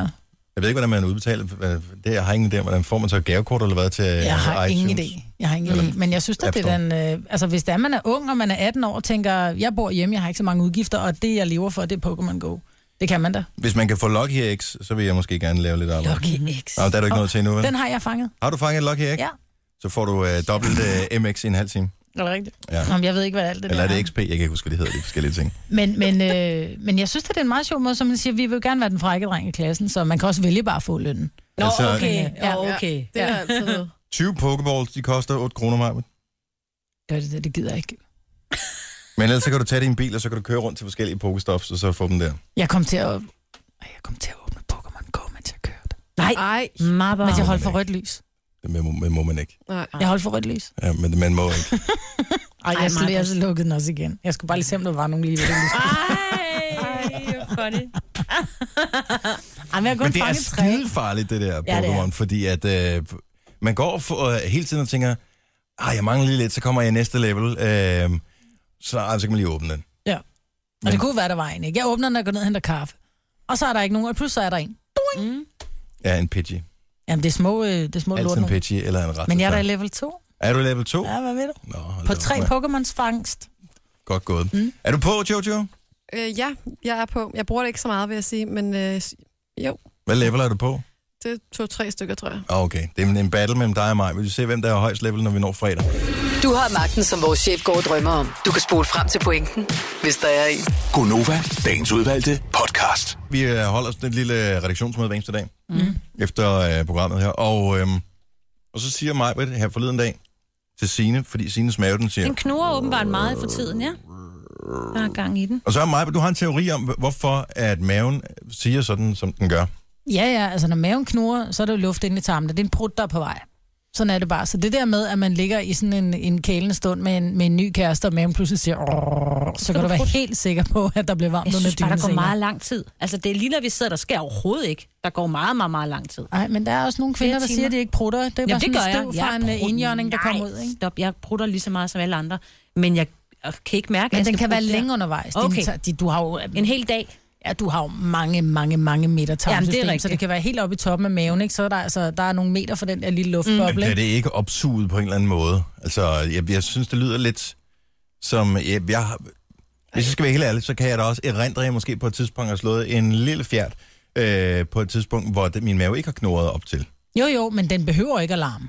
Jeg ved ikke, hvordan man udbetaler. hvad- Det, jeg har ingen idé om, hvordan får man så et gavekort eller hvad til
Jeg har
Øh, iTunes?
ingen idé. Jeg har ingen
Eller
idé. Men jeg synes, at
App
det er
Store.
den, øh, altså, hvis det er, man er ung, og man er 18 år, og tænker, jeg bor hjemme, jeg har ikke så mange udgifter, og det, jeg lever for, det er Pokémon Go. Det kan man da.
Hvis man kan få Lucky X, så vil jeg måske gerne lave lidt arbejde.
Lucky X.
Nå, der er du ikke noget til endnu, vel?
Den har jeg fanget.
Har du fanget Lucky X?
Ja.
Så får du øh, dobbelt øh, MX i en halv time.
Er det rigtigt?
Ja.
Ja. Jamen, jeg ved ikke, hvad alt det
Eller er
der
det XP? Jeg kan ikke huske, hvad de hedder, de forskellige ting.
Men, men, øh, men jeg synes, at det er en meget sjov måde, som man siger, vi vil jo gerne være den frække dreng i klassen, så man kan også vælge bare at få lønnen.
Nå,
Altså,
okay.
Ja.
Ja, okay.
Det er altid noget.
20 Pokeballs, de koster 8 kroner, Maja.
Gør det, det, det gider jeg ikke.
Men ellers så kan du tage din bil, og så kan du køre rundt til forskellige Pokestops, og så få dem der.
Jeg kom til at, Ej, jeg kom til at åbne Pokémon Go, mens jeg kørte.
Nej,
Ej,
Mm.
mapper.
Mens jeg
Wow.
holdt for rødt lys.
Det må, det må man ikke.
nej.
Jeg holdt for rødt lys.
Ja, men man må ikke.
Ej,
Ej,
jeg,
Maja.
jeg, jeg lukkede den også igen. Jeg skulle bare lige se, om der var nogen lige ved det lys.
Ej, hvor funny.
Ej, men jeg har
Men
kun
det er
fanget tre.
skidefarligt, det der
Ja, det er.
Pokémon, fordi at øh, man går for, øh, hele tiden og tænker, ah, jeg mangler lige lidt, så kommer jeg i næste level. Øh, så, ah, så kan man lige åbne den.
Ja. Og
Men-
det kunne være, der var en, ikke? Jeg åbner den og går ned og henter kaffe. Og så er der ikke nogen, og pludselig så er der en.
Ja, en Pidgey.
Jamen, det er små, øh, det er små
Altid
lort
en
nu.
Pidgey eller en ret.
Men jeg er da i level 2.
er du level 2?
Ja, hvad ved du?
Nå,
På
hold da
tre
op.
Pokémons fangst.
Godt gået. Mm. Er du på, Jojo?
Øh, ja, jeg er på. Jeg bruger det ikke så meget, vil jeg sige, men øh, jo,
Hvad level er du på?
det er to-tre stykker, tror jeg.
Ah, Okay, det er en- en battle mellem dig og mig. Vil du se, hvem der er højst level, når vi når fredag?
Du har magten, som vores chef går og drømmer om. Du kan spole frem til pointen, hvis der er en.
Gonova, dagens udvalgte podcast.
Vi øh, holder sådan et lille redaktionsmøde hver eneste dag, mm. efter øh, programmet her. Og, øhm, og så siger mig her forleden dag til Sine, fordi Sines mave, den siger...
Den knurrer åbenbart meget for tiden, ja. Der er gang i den.
Og så er mig, du har en teori om, hvorfor at maven øh, siger sådan, som den gør.
Ja, ja, altså når maven knurrer, så er der jo luft inde i tarmen. Det er en prut, der er på vej. Sådan er det bare. Så det der med, at man ligger i sådan en, en kælende stund med en, med en ny kæreste, og maven pludselig siger, "Åh", så kan du være helt sikker på, at der bliver varmt
Jeg
under
synes bare,
dynen
der går
senere.
meget lang tid. Altså, det er lige når vi sidder, der sker overhovedet ikke. Der går meget, meget, meget lang tid.
Nej, men der er også nogle kvinder, der
Flere
siger,
timer.
at det ikke prutter. Det er bare
Jamen,
sådan
det gør
et støv
jeg.
fra en
jeg
øh, indjørning, der kommer ud. Ikke?
Stop, jeg prutter lige så meget som alle andre. Men jeg jeg kan ikke mærke, at
Men
jeg
den
skal
kan være
prutte der.
længe undervejs.
Okay.
Okay. Din, din, du har jo,
En hel dag.
ja, du har jo mange, mange, mange meter tarmsystem,
Jamen, det er
så det
rigtigt.
kan være helt oppe i toppen af maven. Ikke? Så er der, altså, der er nogle meter for den der lille
Men
luftboble.
bliver
Mm.
det ikke opsuget på en eller anden måde? Altså, jeg, jeg synes, det lyder lidt som... Jeg, jeg, har- hvis jeg skal være helt ærlig, så kan jeg da også erindre, at jeg måske på et tidspunkt har slået en lille fjert øh, på et tidspunkt, hvor det, min mave ikke har knurret op til.
Jo, jo, men den behøver ikke alarm.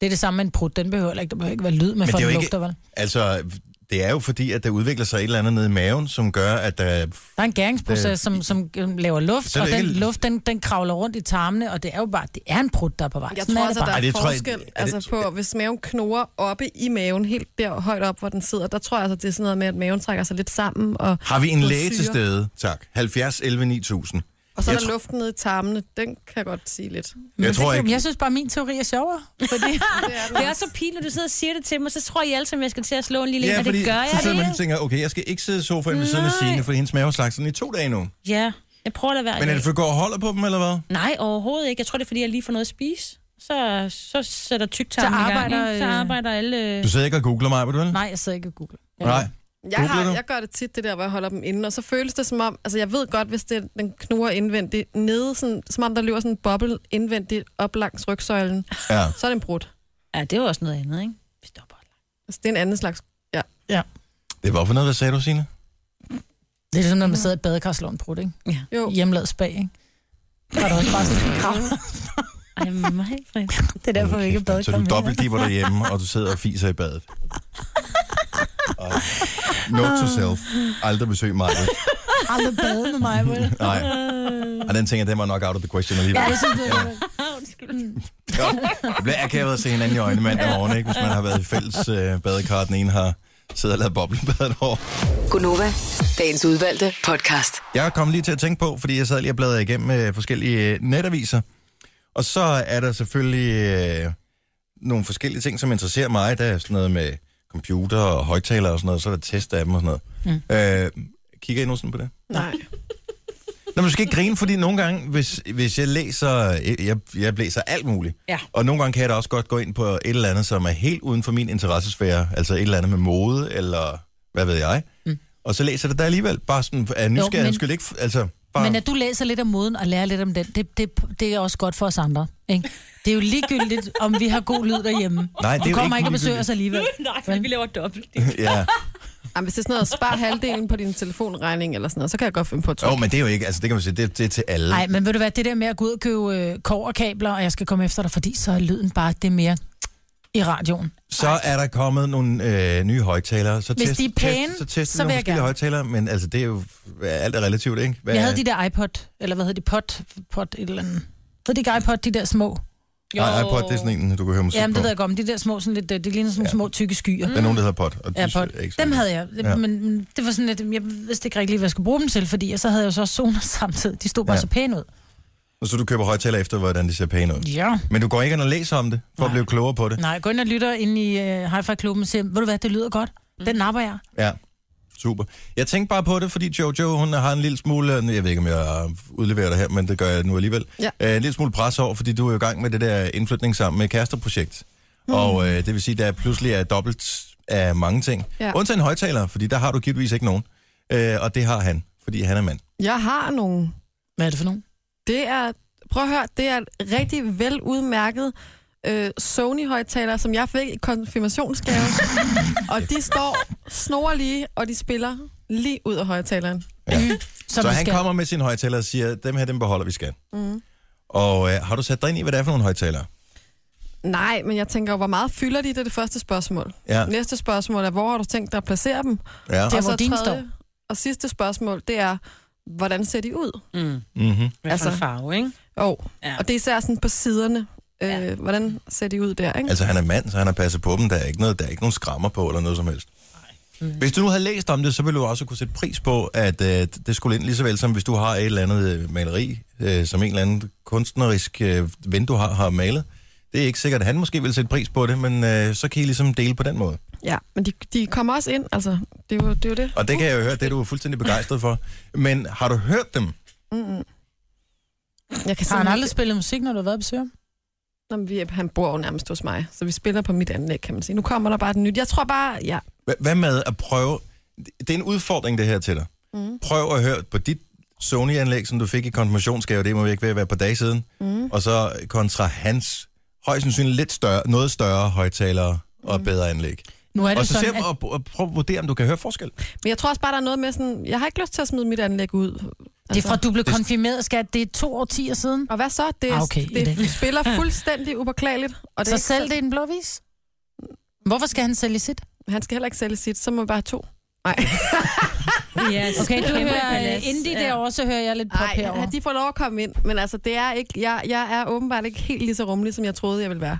Det er det samme med en prut. Den behøver heller ikke, der behøver ikke være lyd, men,
det
for
er jo
den
ikke-
lugter, vel?
Altså, det er jo fordi, at der udvikler sig et eller andet nede i maven, som gør, at øh, der...
Der er en gæringsproces, som, som øhm, laver luft,
Så er
og
det
den
ikke-
luft, den, den kravler rundt i tarmene, og det er jo bare, det er en prut, der er på vej.
Jeg
Sådan
tror
er
altså,
det
der
bare.
Ej,
er
det tror jeg-
forskel
er det-
altså på, hvis maven knurrer oppe i maven, helt der højt op, hvor den sidder. Der tror jeg altså, det er sådan noget med, at maven trækker sig lidt sammen, og,
Har vi en
Noget
læge til
syre.
stede? Tak. 70 11 9000.
og så er
Jeg
der
tror-
luften nede i tarmene. Den kan jeg godt sige lidt.
Jeg
Men
tror
det, kan-
ikke...
jeg synes bare, min teori er sjovere. Fordi,
Det er den
Det er også så pinligt, når du sidder og siger det til mig, så tror jeg alle sammen, jeg skal til at slå en lille en,
Ja,
og det
fordi
gør jeg
så sidder man og
det.
tænker, okay, jeg skal ikke sidde i sofaen ved siden af
Nej.
Signe, fordi hendes mave har slagt sådan i to dage nu.
Ja, jeg prøver at lade være. i
Men er det
dag.
for at gå og holder på dem, eller hvad?
Nej, overhovedet ikke. Jeg tror, det er, fordi jeg lige får noget at spise. Så, så sætter tyktarmen
Så
i
arbejder,
gang, ikke? Så
øh,
arbejder alle... øh,
Du sidder ikke og googler mig, vil du vel?
nej, jeg sidder ikke og googler.
Nej.
Jeg,
Googler du?
har, jeg gør det tit, det der, hvor jeg holder dem inde, og så føles det som om, altså jeg ved godt, hvis det, den knurrer indvendigt nede, sådan, som om der løber sådan en boble indvendigt op langs rygsøjlen,
Ja.
så er den brudt.
Ja, det er jo også noget andet, ikke? Vi stopper.
Altså det er en anden slags... Ja.
Det var for noget, hvad sagde du, Signe?
Det er sådan, når man sidder i et badekar og slår en prut, ikke?
Jo. Ja.
Hjemlavet spag, ikke? Og der er også bare sådan en krav.
Ej, mig, Frederik.
Det er derfor, vi ikke badet
Så du dobbeltdipper derhjemme, og du sidder og fiser i badet. Ej. Note to self. Aldrig besøg mig.
Aldrig bade med mig, vel?
Nej. Og den tænker, den var nok out of the question alligevel.
Jeg synes, det er
Ja. Det bliver akavet at se hinanden i øjnene mandag morgen, ikke? hvis man har været i fælles øh, badekar, den ene har siddet og lavet boblebadet over.
Gunova, dagens udvalgte podcast.
Jeg kom lige til at tænke på, fordi jeg sad lige og bladrede igennem øh, forskellige øh, netaviser. Og så er der selvfølgelig øh, nogle forskellige ting, som interesserer mig. Der er sådan noget med computer og højtalere og sådan noget. Så er der test af dem og sådan noget. Mm. Øh, kigger I nogensinde på det?
Nej.
Nå, man skal ikke grine, fordi nogle gange, hvis, hvis jeg læser, jeg, jeg læser alt muligt,
Ja.
og nogle gange kan jeg da også godt gå ind på et eller andet, som er helt uden for min interessesfære, altså et eller andet med mode, eller hvad ved jeg, mm. og så læser jeg det der alligevel, bare sådan af nysgerrighed,
men-
men... skyld ikke, f- altså bare,
Men at du læser lidt om moden og lærer lidt om den, det, det, det er også godt for os andre. Ikke? Det er jo ligegyldigt, om vi har god lyd derhjemme.
Nej, det er
du
jo
kommer
ikke
ikke og besøger os alligevel.
Nej, fordi vi laver dobbelt.
ja.
Jamen, hvis det er sådan noget, spar halvdelen på din telefonregning eller sådan noget, så kan jeg godt finde på at
Jo,
trykke.
oh, men det er jo ikke, altså det kan man sige, det, det er til alle.
Nej, men ved du hvad, det der med at gå ud og købe øh, kår og kabler, og jeg skal komme efter dig, fordi så er lyden bare det mere i radioen.
Så er der kommet nogle øh, nye højtalere, så
Hvis
test,
de er pæne,
test, så tester
så
vi
vil
nogle
jeg
forskellige
gerne.
højtalere, men altså det er jo, alt er relativt, ikke? Hvad,
Jeg havde de der iPod, eller hvad hedder de, pot, pot et eller andet. Hed de ikke iPod, de der små?
Nej, iPod, det er sådan en, du kan høre musik
Jamen,
på.
det ved jeg godt, men de der små, sådan lidt, øh, det ligner sådan nogle små tykke skyer.
Der er nogen, der hedder Pod. Og de
Ja,
er ikke så-
Pod. Dem havde jeg,
Ja.
ja. men men det var sådan lidt, jeg vidste ikke rigtig lige, hvad jeg skulle bruge dem til, fordi jeg så havde jeg jo så også Sonos samtidig. De stod bare
Ja.
ja. så pæne ud.
Og så du køber højtaler efter, hvordan de ser pæne ud.
Ja.
Men du går ikke ind og læser om det, for at blive klogere på det.
Nej, gå ind og lytter ind i uh, Hi-Fi-klubben og siger, ved du hvad, det lyder godt. Den napper jeg.
Ja, super. Jeg tænkte bare på det, fordi Jojo, hun har en lille smule, øh, jeg ved ikke, om jeg udleverer det her, men det gør jeg nu alligevel,
Ja.
Øh, en lille smule pres over, fordi du er jo i gang med det der indflytning sammen med kæresterprojekt. Mm. Og øh, det vil sige, at der pludselig er dobbelt af mange ting. Ja.
Ja.
Undtagen højtaler, fordi der har du givetvis ikke nogen. Øh, og det har han, fordi han er mand.
Jeg har nogle.
Hvad er det for nogen?
Det er, prøv at høre, det er et rigtig veludmærket øh, Sony-højtaler, som jeg fik i konfirmationsgave. og de står snorlige, og de spiller lige ud af højtaleren.
Som
så
vi
han
skal.
kommer med sin højtaler og siger, dem her, dem beholder vi skal. Mm. Og øh, har du sat dig ind i, hvad det er for nogle højtalere?
Nej, men jeg tænker, hvor meget fylder de? Det er det første spørgsmål.
Ja.
Næste spørgsmål er, hvor har du tænkt dig at placere dem?
Ja.
Det er,
Og så
hvor din
tredje
står.
Og sidste spørgsmål, det er, hvordan ser de ud?
Mm-hmm.
Hvad for
Altså.
en farve, ikke?
Oh.
Ja.
Ja. Og det er især sådan på siderne. Øh, ja. Hvordan ser de ud der, ikke?
Altså, han er mand, så han har passet på dem. Der er ikke, noget, der er ikke nogen skrammer på eller noget som helst. Hvis du nu havde læst om det, så ville du også kunne sætte pris på, at øh, det skulle ind lige så vel som hvis du har et eller andet øh, maleri, øh, som en eller anden kunstnerisk øh, ven, du har, har malet. Det er ikke sikkert, at han måske vil sætte pris på det, men øh, så kan I ligesom dele på den måde.
Ja, men de, de kommer også ind, altså. Det er jo det. Er jo det.
Og det kan jeg jo høre, det er du fuldstændig begejstret for. Men har du hørt dem?
Jeg kan
Har han
simpelthen
aldrig spillet musik, når du har været på besøg?
Nå, men vi, han bor jo nærmest hos mig, så vi spiller på mit anlæg, kan man sige. Nu kommer der bare den nyt. Jeg tror bare, ja.
Hva- Hvad med at prøve... Det er en udfordring, det her til dig. Mm. Prøv at høre på dit Sony-anlæg, som du fik i konfirmationsgave, det må ikke ved at være på dag siden, mm. og så kontra hans højst sandsynligt lidt større, noget større højtalere og bedre anlæg.
Nu er det
Og så
sådan,
se, og, og prøv at vurdere, om du kan høre forskel.
Men jeg tror også bare, der er noget med sådan, jeg har ikke lyst til at smide mit anlæg ud. Altså.
det er fra, du blev konfirmeret, skat. Det er to årtier siden.
Og hvad så? Det,
Ah, okay, i
det,
dag.
det spiller fuldstændig upåklageligt. Og det er
Så
ikke
sælg det i en blåvis. Hvorfor skal han sælge sit?
Han skal heller ikke sælge sit, så må vi bare have to. Nej,
Ja, så
Okay, du
kæmpe
hører
palads.
øh, indie
Ja.
derovre, så hører jeg lidt pop
ja,
herovre.
de får lov at komme ind. Men altså, det er ikke, jeg, jeg er åbenbart ikke helt lige så rummelig, som jeg troede, jeg ville være.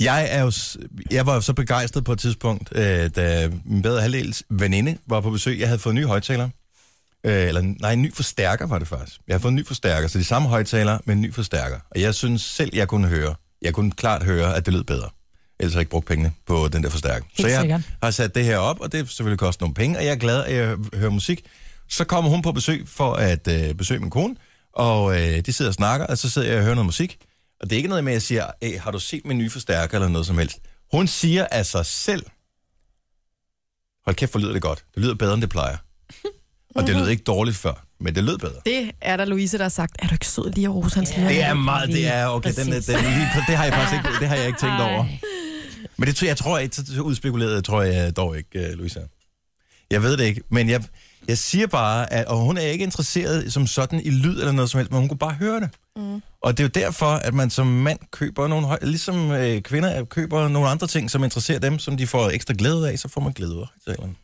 Jeg, er jo, s- jeg var jo så begejstret på et tidspunkt, øh, da min bedre halvdels veninde var på besøg. Jeg havde fået nye højtaler. Øh, eller, nej, en ny forstærker var det faktisk. Jeg havde fået en ny forstærker, så de samme højtalere, men en ny forstærker. Og jeg synes selv, jeg kunne høre, jeg kunne klart høre, at det lød bedre. Ellers har jeg ikke brugt pengene på den der forstærker. så jeg
sikkert.
har sat det her op, og det selvfølgelig koste nogle penge, og jeg er glad, at jeg hører musik. Så kommer hun på besøg for at øh, besøge min kone, og øh, de sidder og snakker, og så sidder jeg og hører noget musik. Og det er ikke noget med, at jeg siger, "Æh, har du set min nye forstærker eller noget som helst. Hun siger af sig selv, hold kæft, hvor lyder det godt. Det lyder bedre, end det plejer. Og det lød ikke dårligt før, men det lød bedre.
Det er der Louise, der har sagt, er du ikke sød lige at rose hans yeah.
Det er meget, det er, okay, den, den, den, det har jeg faktisk ikke, det har jeg ikke tænkt over. Men det tror jeg, tror ikke, så- så udspekuleret tror jeg dog ikke, øh, Louisa. Jeg ved det ikke, men jeg, jeg siger bare, at og hun er ikke interesseret som sådan i lyd eller noget som helst, men hun kunne bare høre det. Mm. Og det er jo derfor, at man som mand køber nogle, høj- ligesom øh, kvinder køber nogle andre ting, som interesserer dem, som de får ekstra glæde af, så får man glæde af. højtalerne.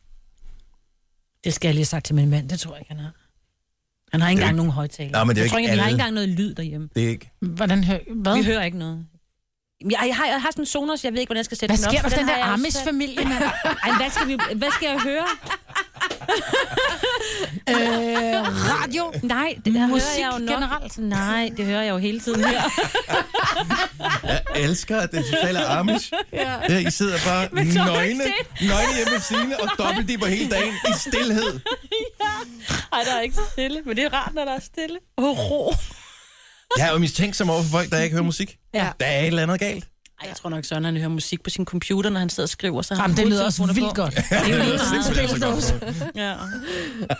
Det skal jeg lige have sagt til min mand, det tror jeg ikke, han har. Han har ikke
Det er
engang
ikke-
nogen højtaler.
Nej, men det er
jeg
ikke
tror ikke, at vi har
alle.
ikke engang noget lyd derhjemme.
Det er ikke...
Hvordan hører... Hvad?
Vi hører ikke noget. Jamen, Jeg, jeg, har, jeg har sådan en Sonos, jeg ved ikke, hvordan jeg skal sætte
Hvad
den op.
sker der
for
for den
har
der
jeg også sat-
Amish-familie, mand?
Ej, hvad skal, vi, hvad skal jeg høre?
øh, radio?
Nej, det der hører
Musik
jeg jo nok.
generelt?
Nej, det hører jeg jo hele tiden her.
Jeg elsker den sociale Amish.
Ja.
Ja, I sidder bare
Med Thomas
nøgne, nøgne hjemme ved Signe og dobbeltdipper hele dagen i stillhed.
Ej, der er ikke stille, men det er rart, når der er stille. Åh, oh, ro.
Jeg er jo mistænksom over for folk, der ikke hører musik.
Ja.
Der er et eller andet galt.
Ej, jeg tror nok, Søren han hører musik på sin computer, når han sidder og skriver. Så har
Jamen,
han
det lyder også
hovedtelefoner
vildt
på.
godt.
Det er jo lige meget.
Simpelthen så godt.
Ja.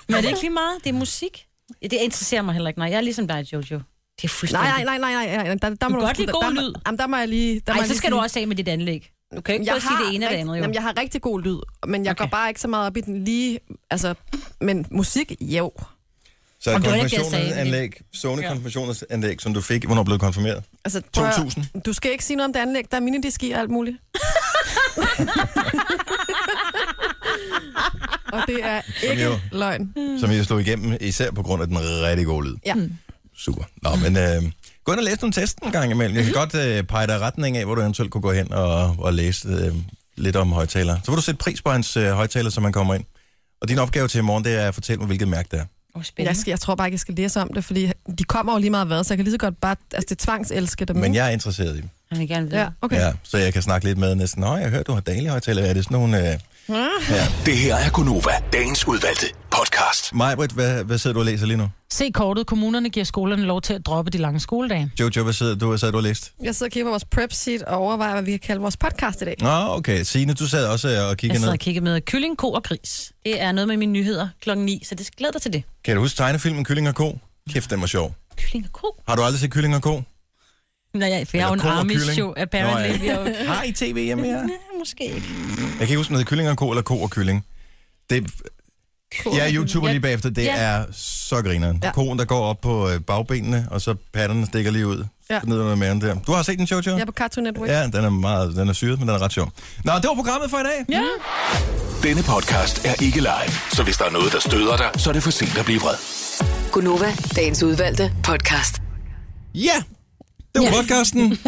Men er det ikke lige meget? Det er musik. Det interesserer mig heller ikke. Nej, jeg er ligesom dig, Jojo. Det er fuldstændig...
Nej, nej, nej, nej, nej, nej. Der, der må du
Du kan godt lide
der,
god
der,
lyd.
Der, jamen, der må jeg lige... Der må
Ej,
jeg
så
lige
skal du
sige-
også af med dit anlæg. Du kan jo ikke både sige det ene og det
rigtig-
andet, jo.
Jamen, jeg har rigtig god lyd, men jeg
Okay.
okay. går bare ikke så meget op i den lige... Altså, men musik, jo.
Så
Om det var ikke det, jeg sagde,
konfirmationsanlæg, Sony konfirmationsanlæg, som du fik, hvornår blev du konfirmeret?
Altså, prøv at-
2000.
Du skal ikke sige noget om det anlæg, der er minidiski og alt muligt. og det er ikke
jo.
løgn.
som jeg slog igennem, især på grund af den rigtig gode lyd.
Ja. Mm.
Super. Nå, men øh, gå ind og læs nogle testen en gang imellem. Jeg kan godt øh, pege dig i retning af, hvor du eventuelt kunne gå hen og, og læse øh, lidt om højtalere. Så vil du sætte pris på hans øh, højtaler, som man kommer ind. Og din opgave til i morgen, det er at fortælle mig, hvilket mærke det er.
Åh,
Jeg,
spændende.
skal, jeg tror bare ikke, jeg skal læse om det, fordi de kommer jo lige meget hvad, så jeg kan lige så godt bare... Altså, det er tvangselske dem.
Men
ikke?
jeg er interesseret i dem.
Jeg vil gerne vide.
Ja, okay.
Ja, så jeg kan snakke lidt med næsten. Nå, jeg hørte, du har daglige højtaler. Er det sådan nogle... Øh...
Det her er Gonova, dagens udvalgte podcast.
Majbrit, hvad, hvad sidder du og læser lige nu?
Se kortet. Kommunerne giver skolerne lov til at droppe de lange skoledage.
Jojo, hvad sidder du, sidder du og læst?
Jeg sidder og kigger på vores prep sheet og overvejer, hvad vi kan kalde vores podcast i dag.
Nå, okay. Signe, du sad også øh, og
Jeg
kiggede ned.
sidder og kigger med kylling, ko og gris. Det er noget med mine nyheder klokken 9, så det skal glæde dig til det.
Kan du huske tegnefilmen Kylling og Ko? Kæft, den var sjov.
Kylling og ko?
Har du aldrig set Kylling og Ko?
Nej, jeg, for jeg er jo en
Eller ko og
armish
kylling.
jo, apparently.
Nå, ja. Har I tv hjemme her? Jeg
Ja, måske ikke.
kan ikke huske, om det hedder kylling og ko, eller ko og kylling. Det, jeg er YouTuber lige bagefter, det
Ja.
er så grineren.
Ja.
Koen, der går op på øh, bagbenene, og så patterne stikker lige ud.
Ja.
Ja. Ned under maven der. Du har set den, Jojo?
Jeg er på Cartoon Network.
Ja, den er, meget, den er syret, men den er ret sjov. Nå, det var programmet for i dag. Ja.
Denne podcast er ikke live, så hvis der er noget, der støder dig, så er det for sent at blive vred.
Gunova, dagens udvalgte podcast.
ja. Det var ja. podcasten.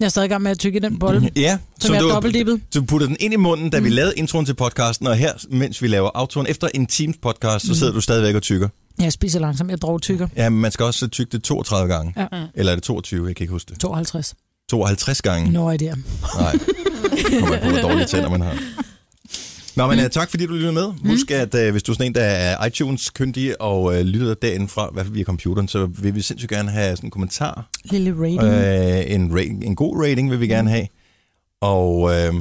Jeg er stadig i gang med at tykke den bolle.
Ja.
Som er dobbeltdippet.
Du puttede den ind i munden, da vi lavede introen til podcasten, og her, mens vi laver autoren efter en times podcast, så sidder du stadigvæk og tykker.
Jeg spiser langsomt. Jeg drog tykker.
Ja, men man skal også tygge det 32 gange.
Ja.
Eller er det 22? Jeg kan ikke huske det.
52.
52 gange?
Nå, er det
Nej. Det kommer an på, hvor dårlige tænder man har. Nå, men mm. tak fordi du lyttede med. Husk, at øh, hvis du er sådan en, der er iTunes-kyndig og øh, lytter derindefra, i hvert fald via computeren, så vil vi sindssygt gerne have sådan en kommentar.
Lille rating. Øh.
Øh, en, ra- en god rating vil vi gerne have. Og øh,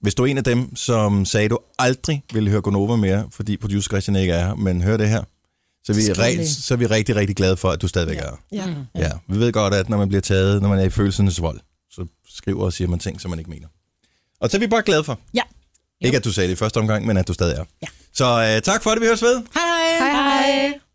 hvis du er en af dem, som sagde, du aldrig ville høre Gonova mere, fordi producer Christian ikke er her, men hør det her, så er vi,
Skal
re-
det.
så er vi rigtig, rigtig glade for, at du stadigvæk er her.
Ja.
Ja, vi ved godt, at når man bliver taget, når man er i følelsernes vold, så skriver og siger man ting, som man ikke mener. Og så er vi bare glade for.
Ja.
Ikke at du sagde det i første omgang, men at du stadig er. Ja. Så øh, tak for det, vi høres ved.
Hej, hej.
Hej, hej.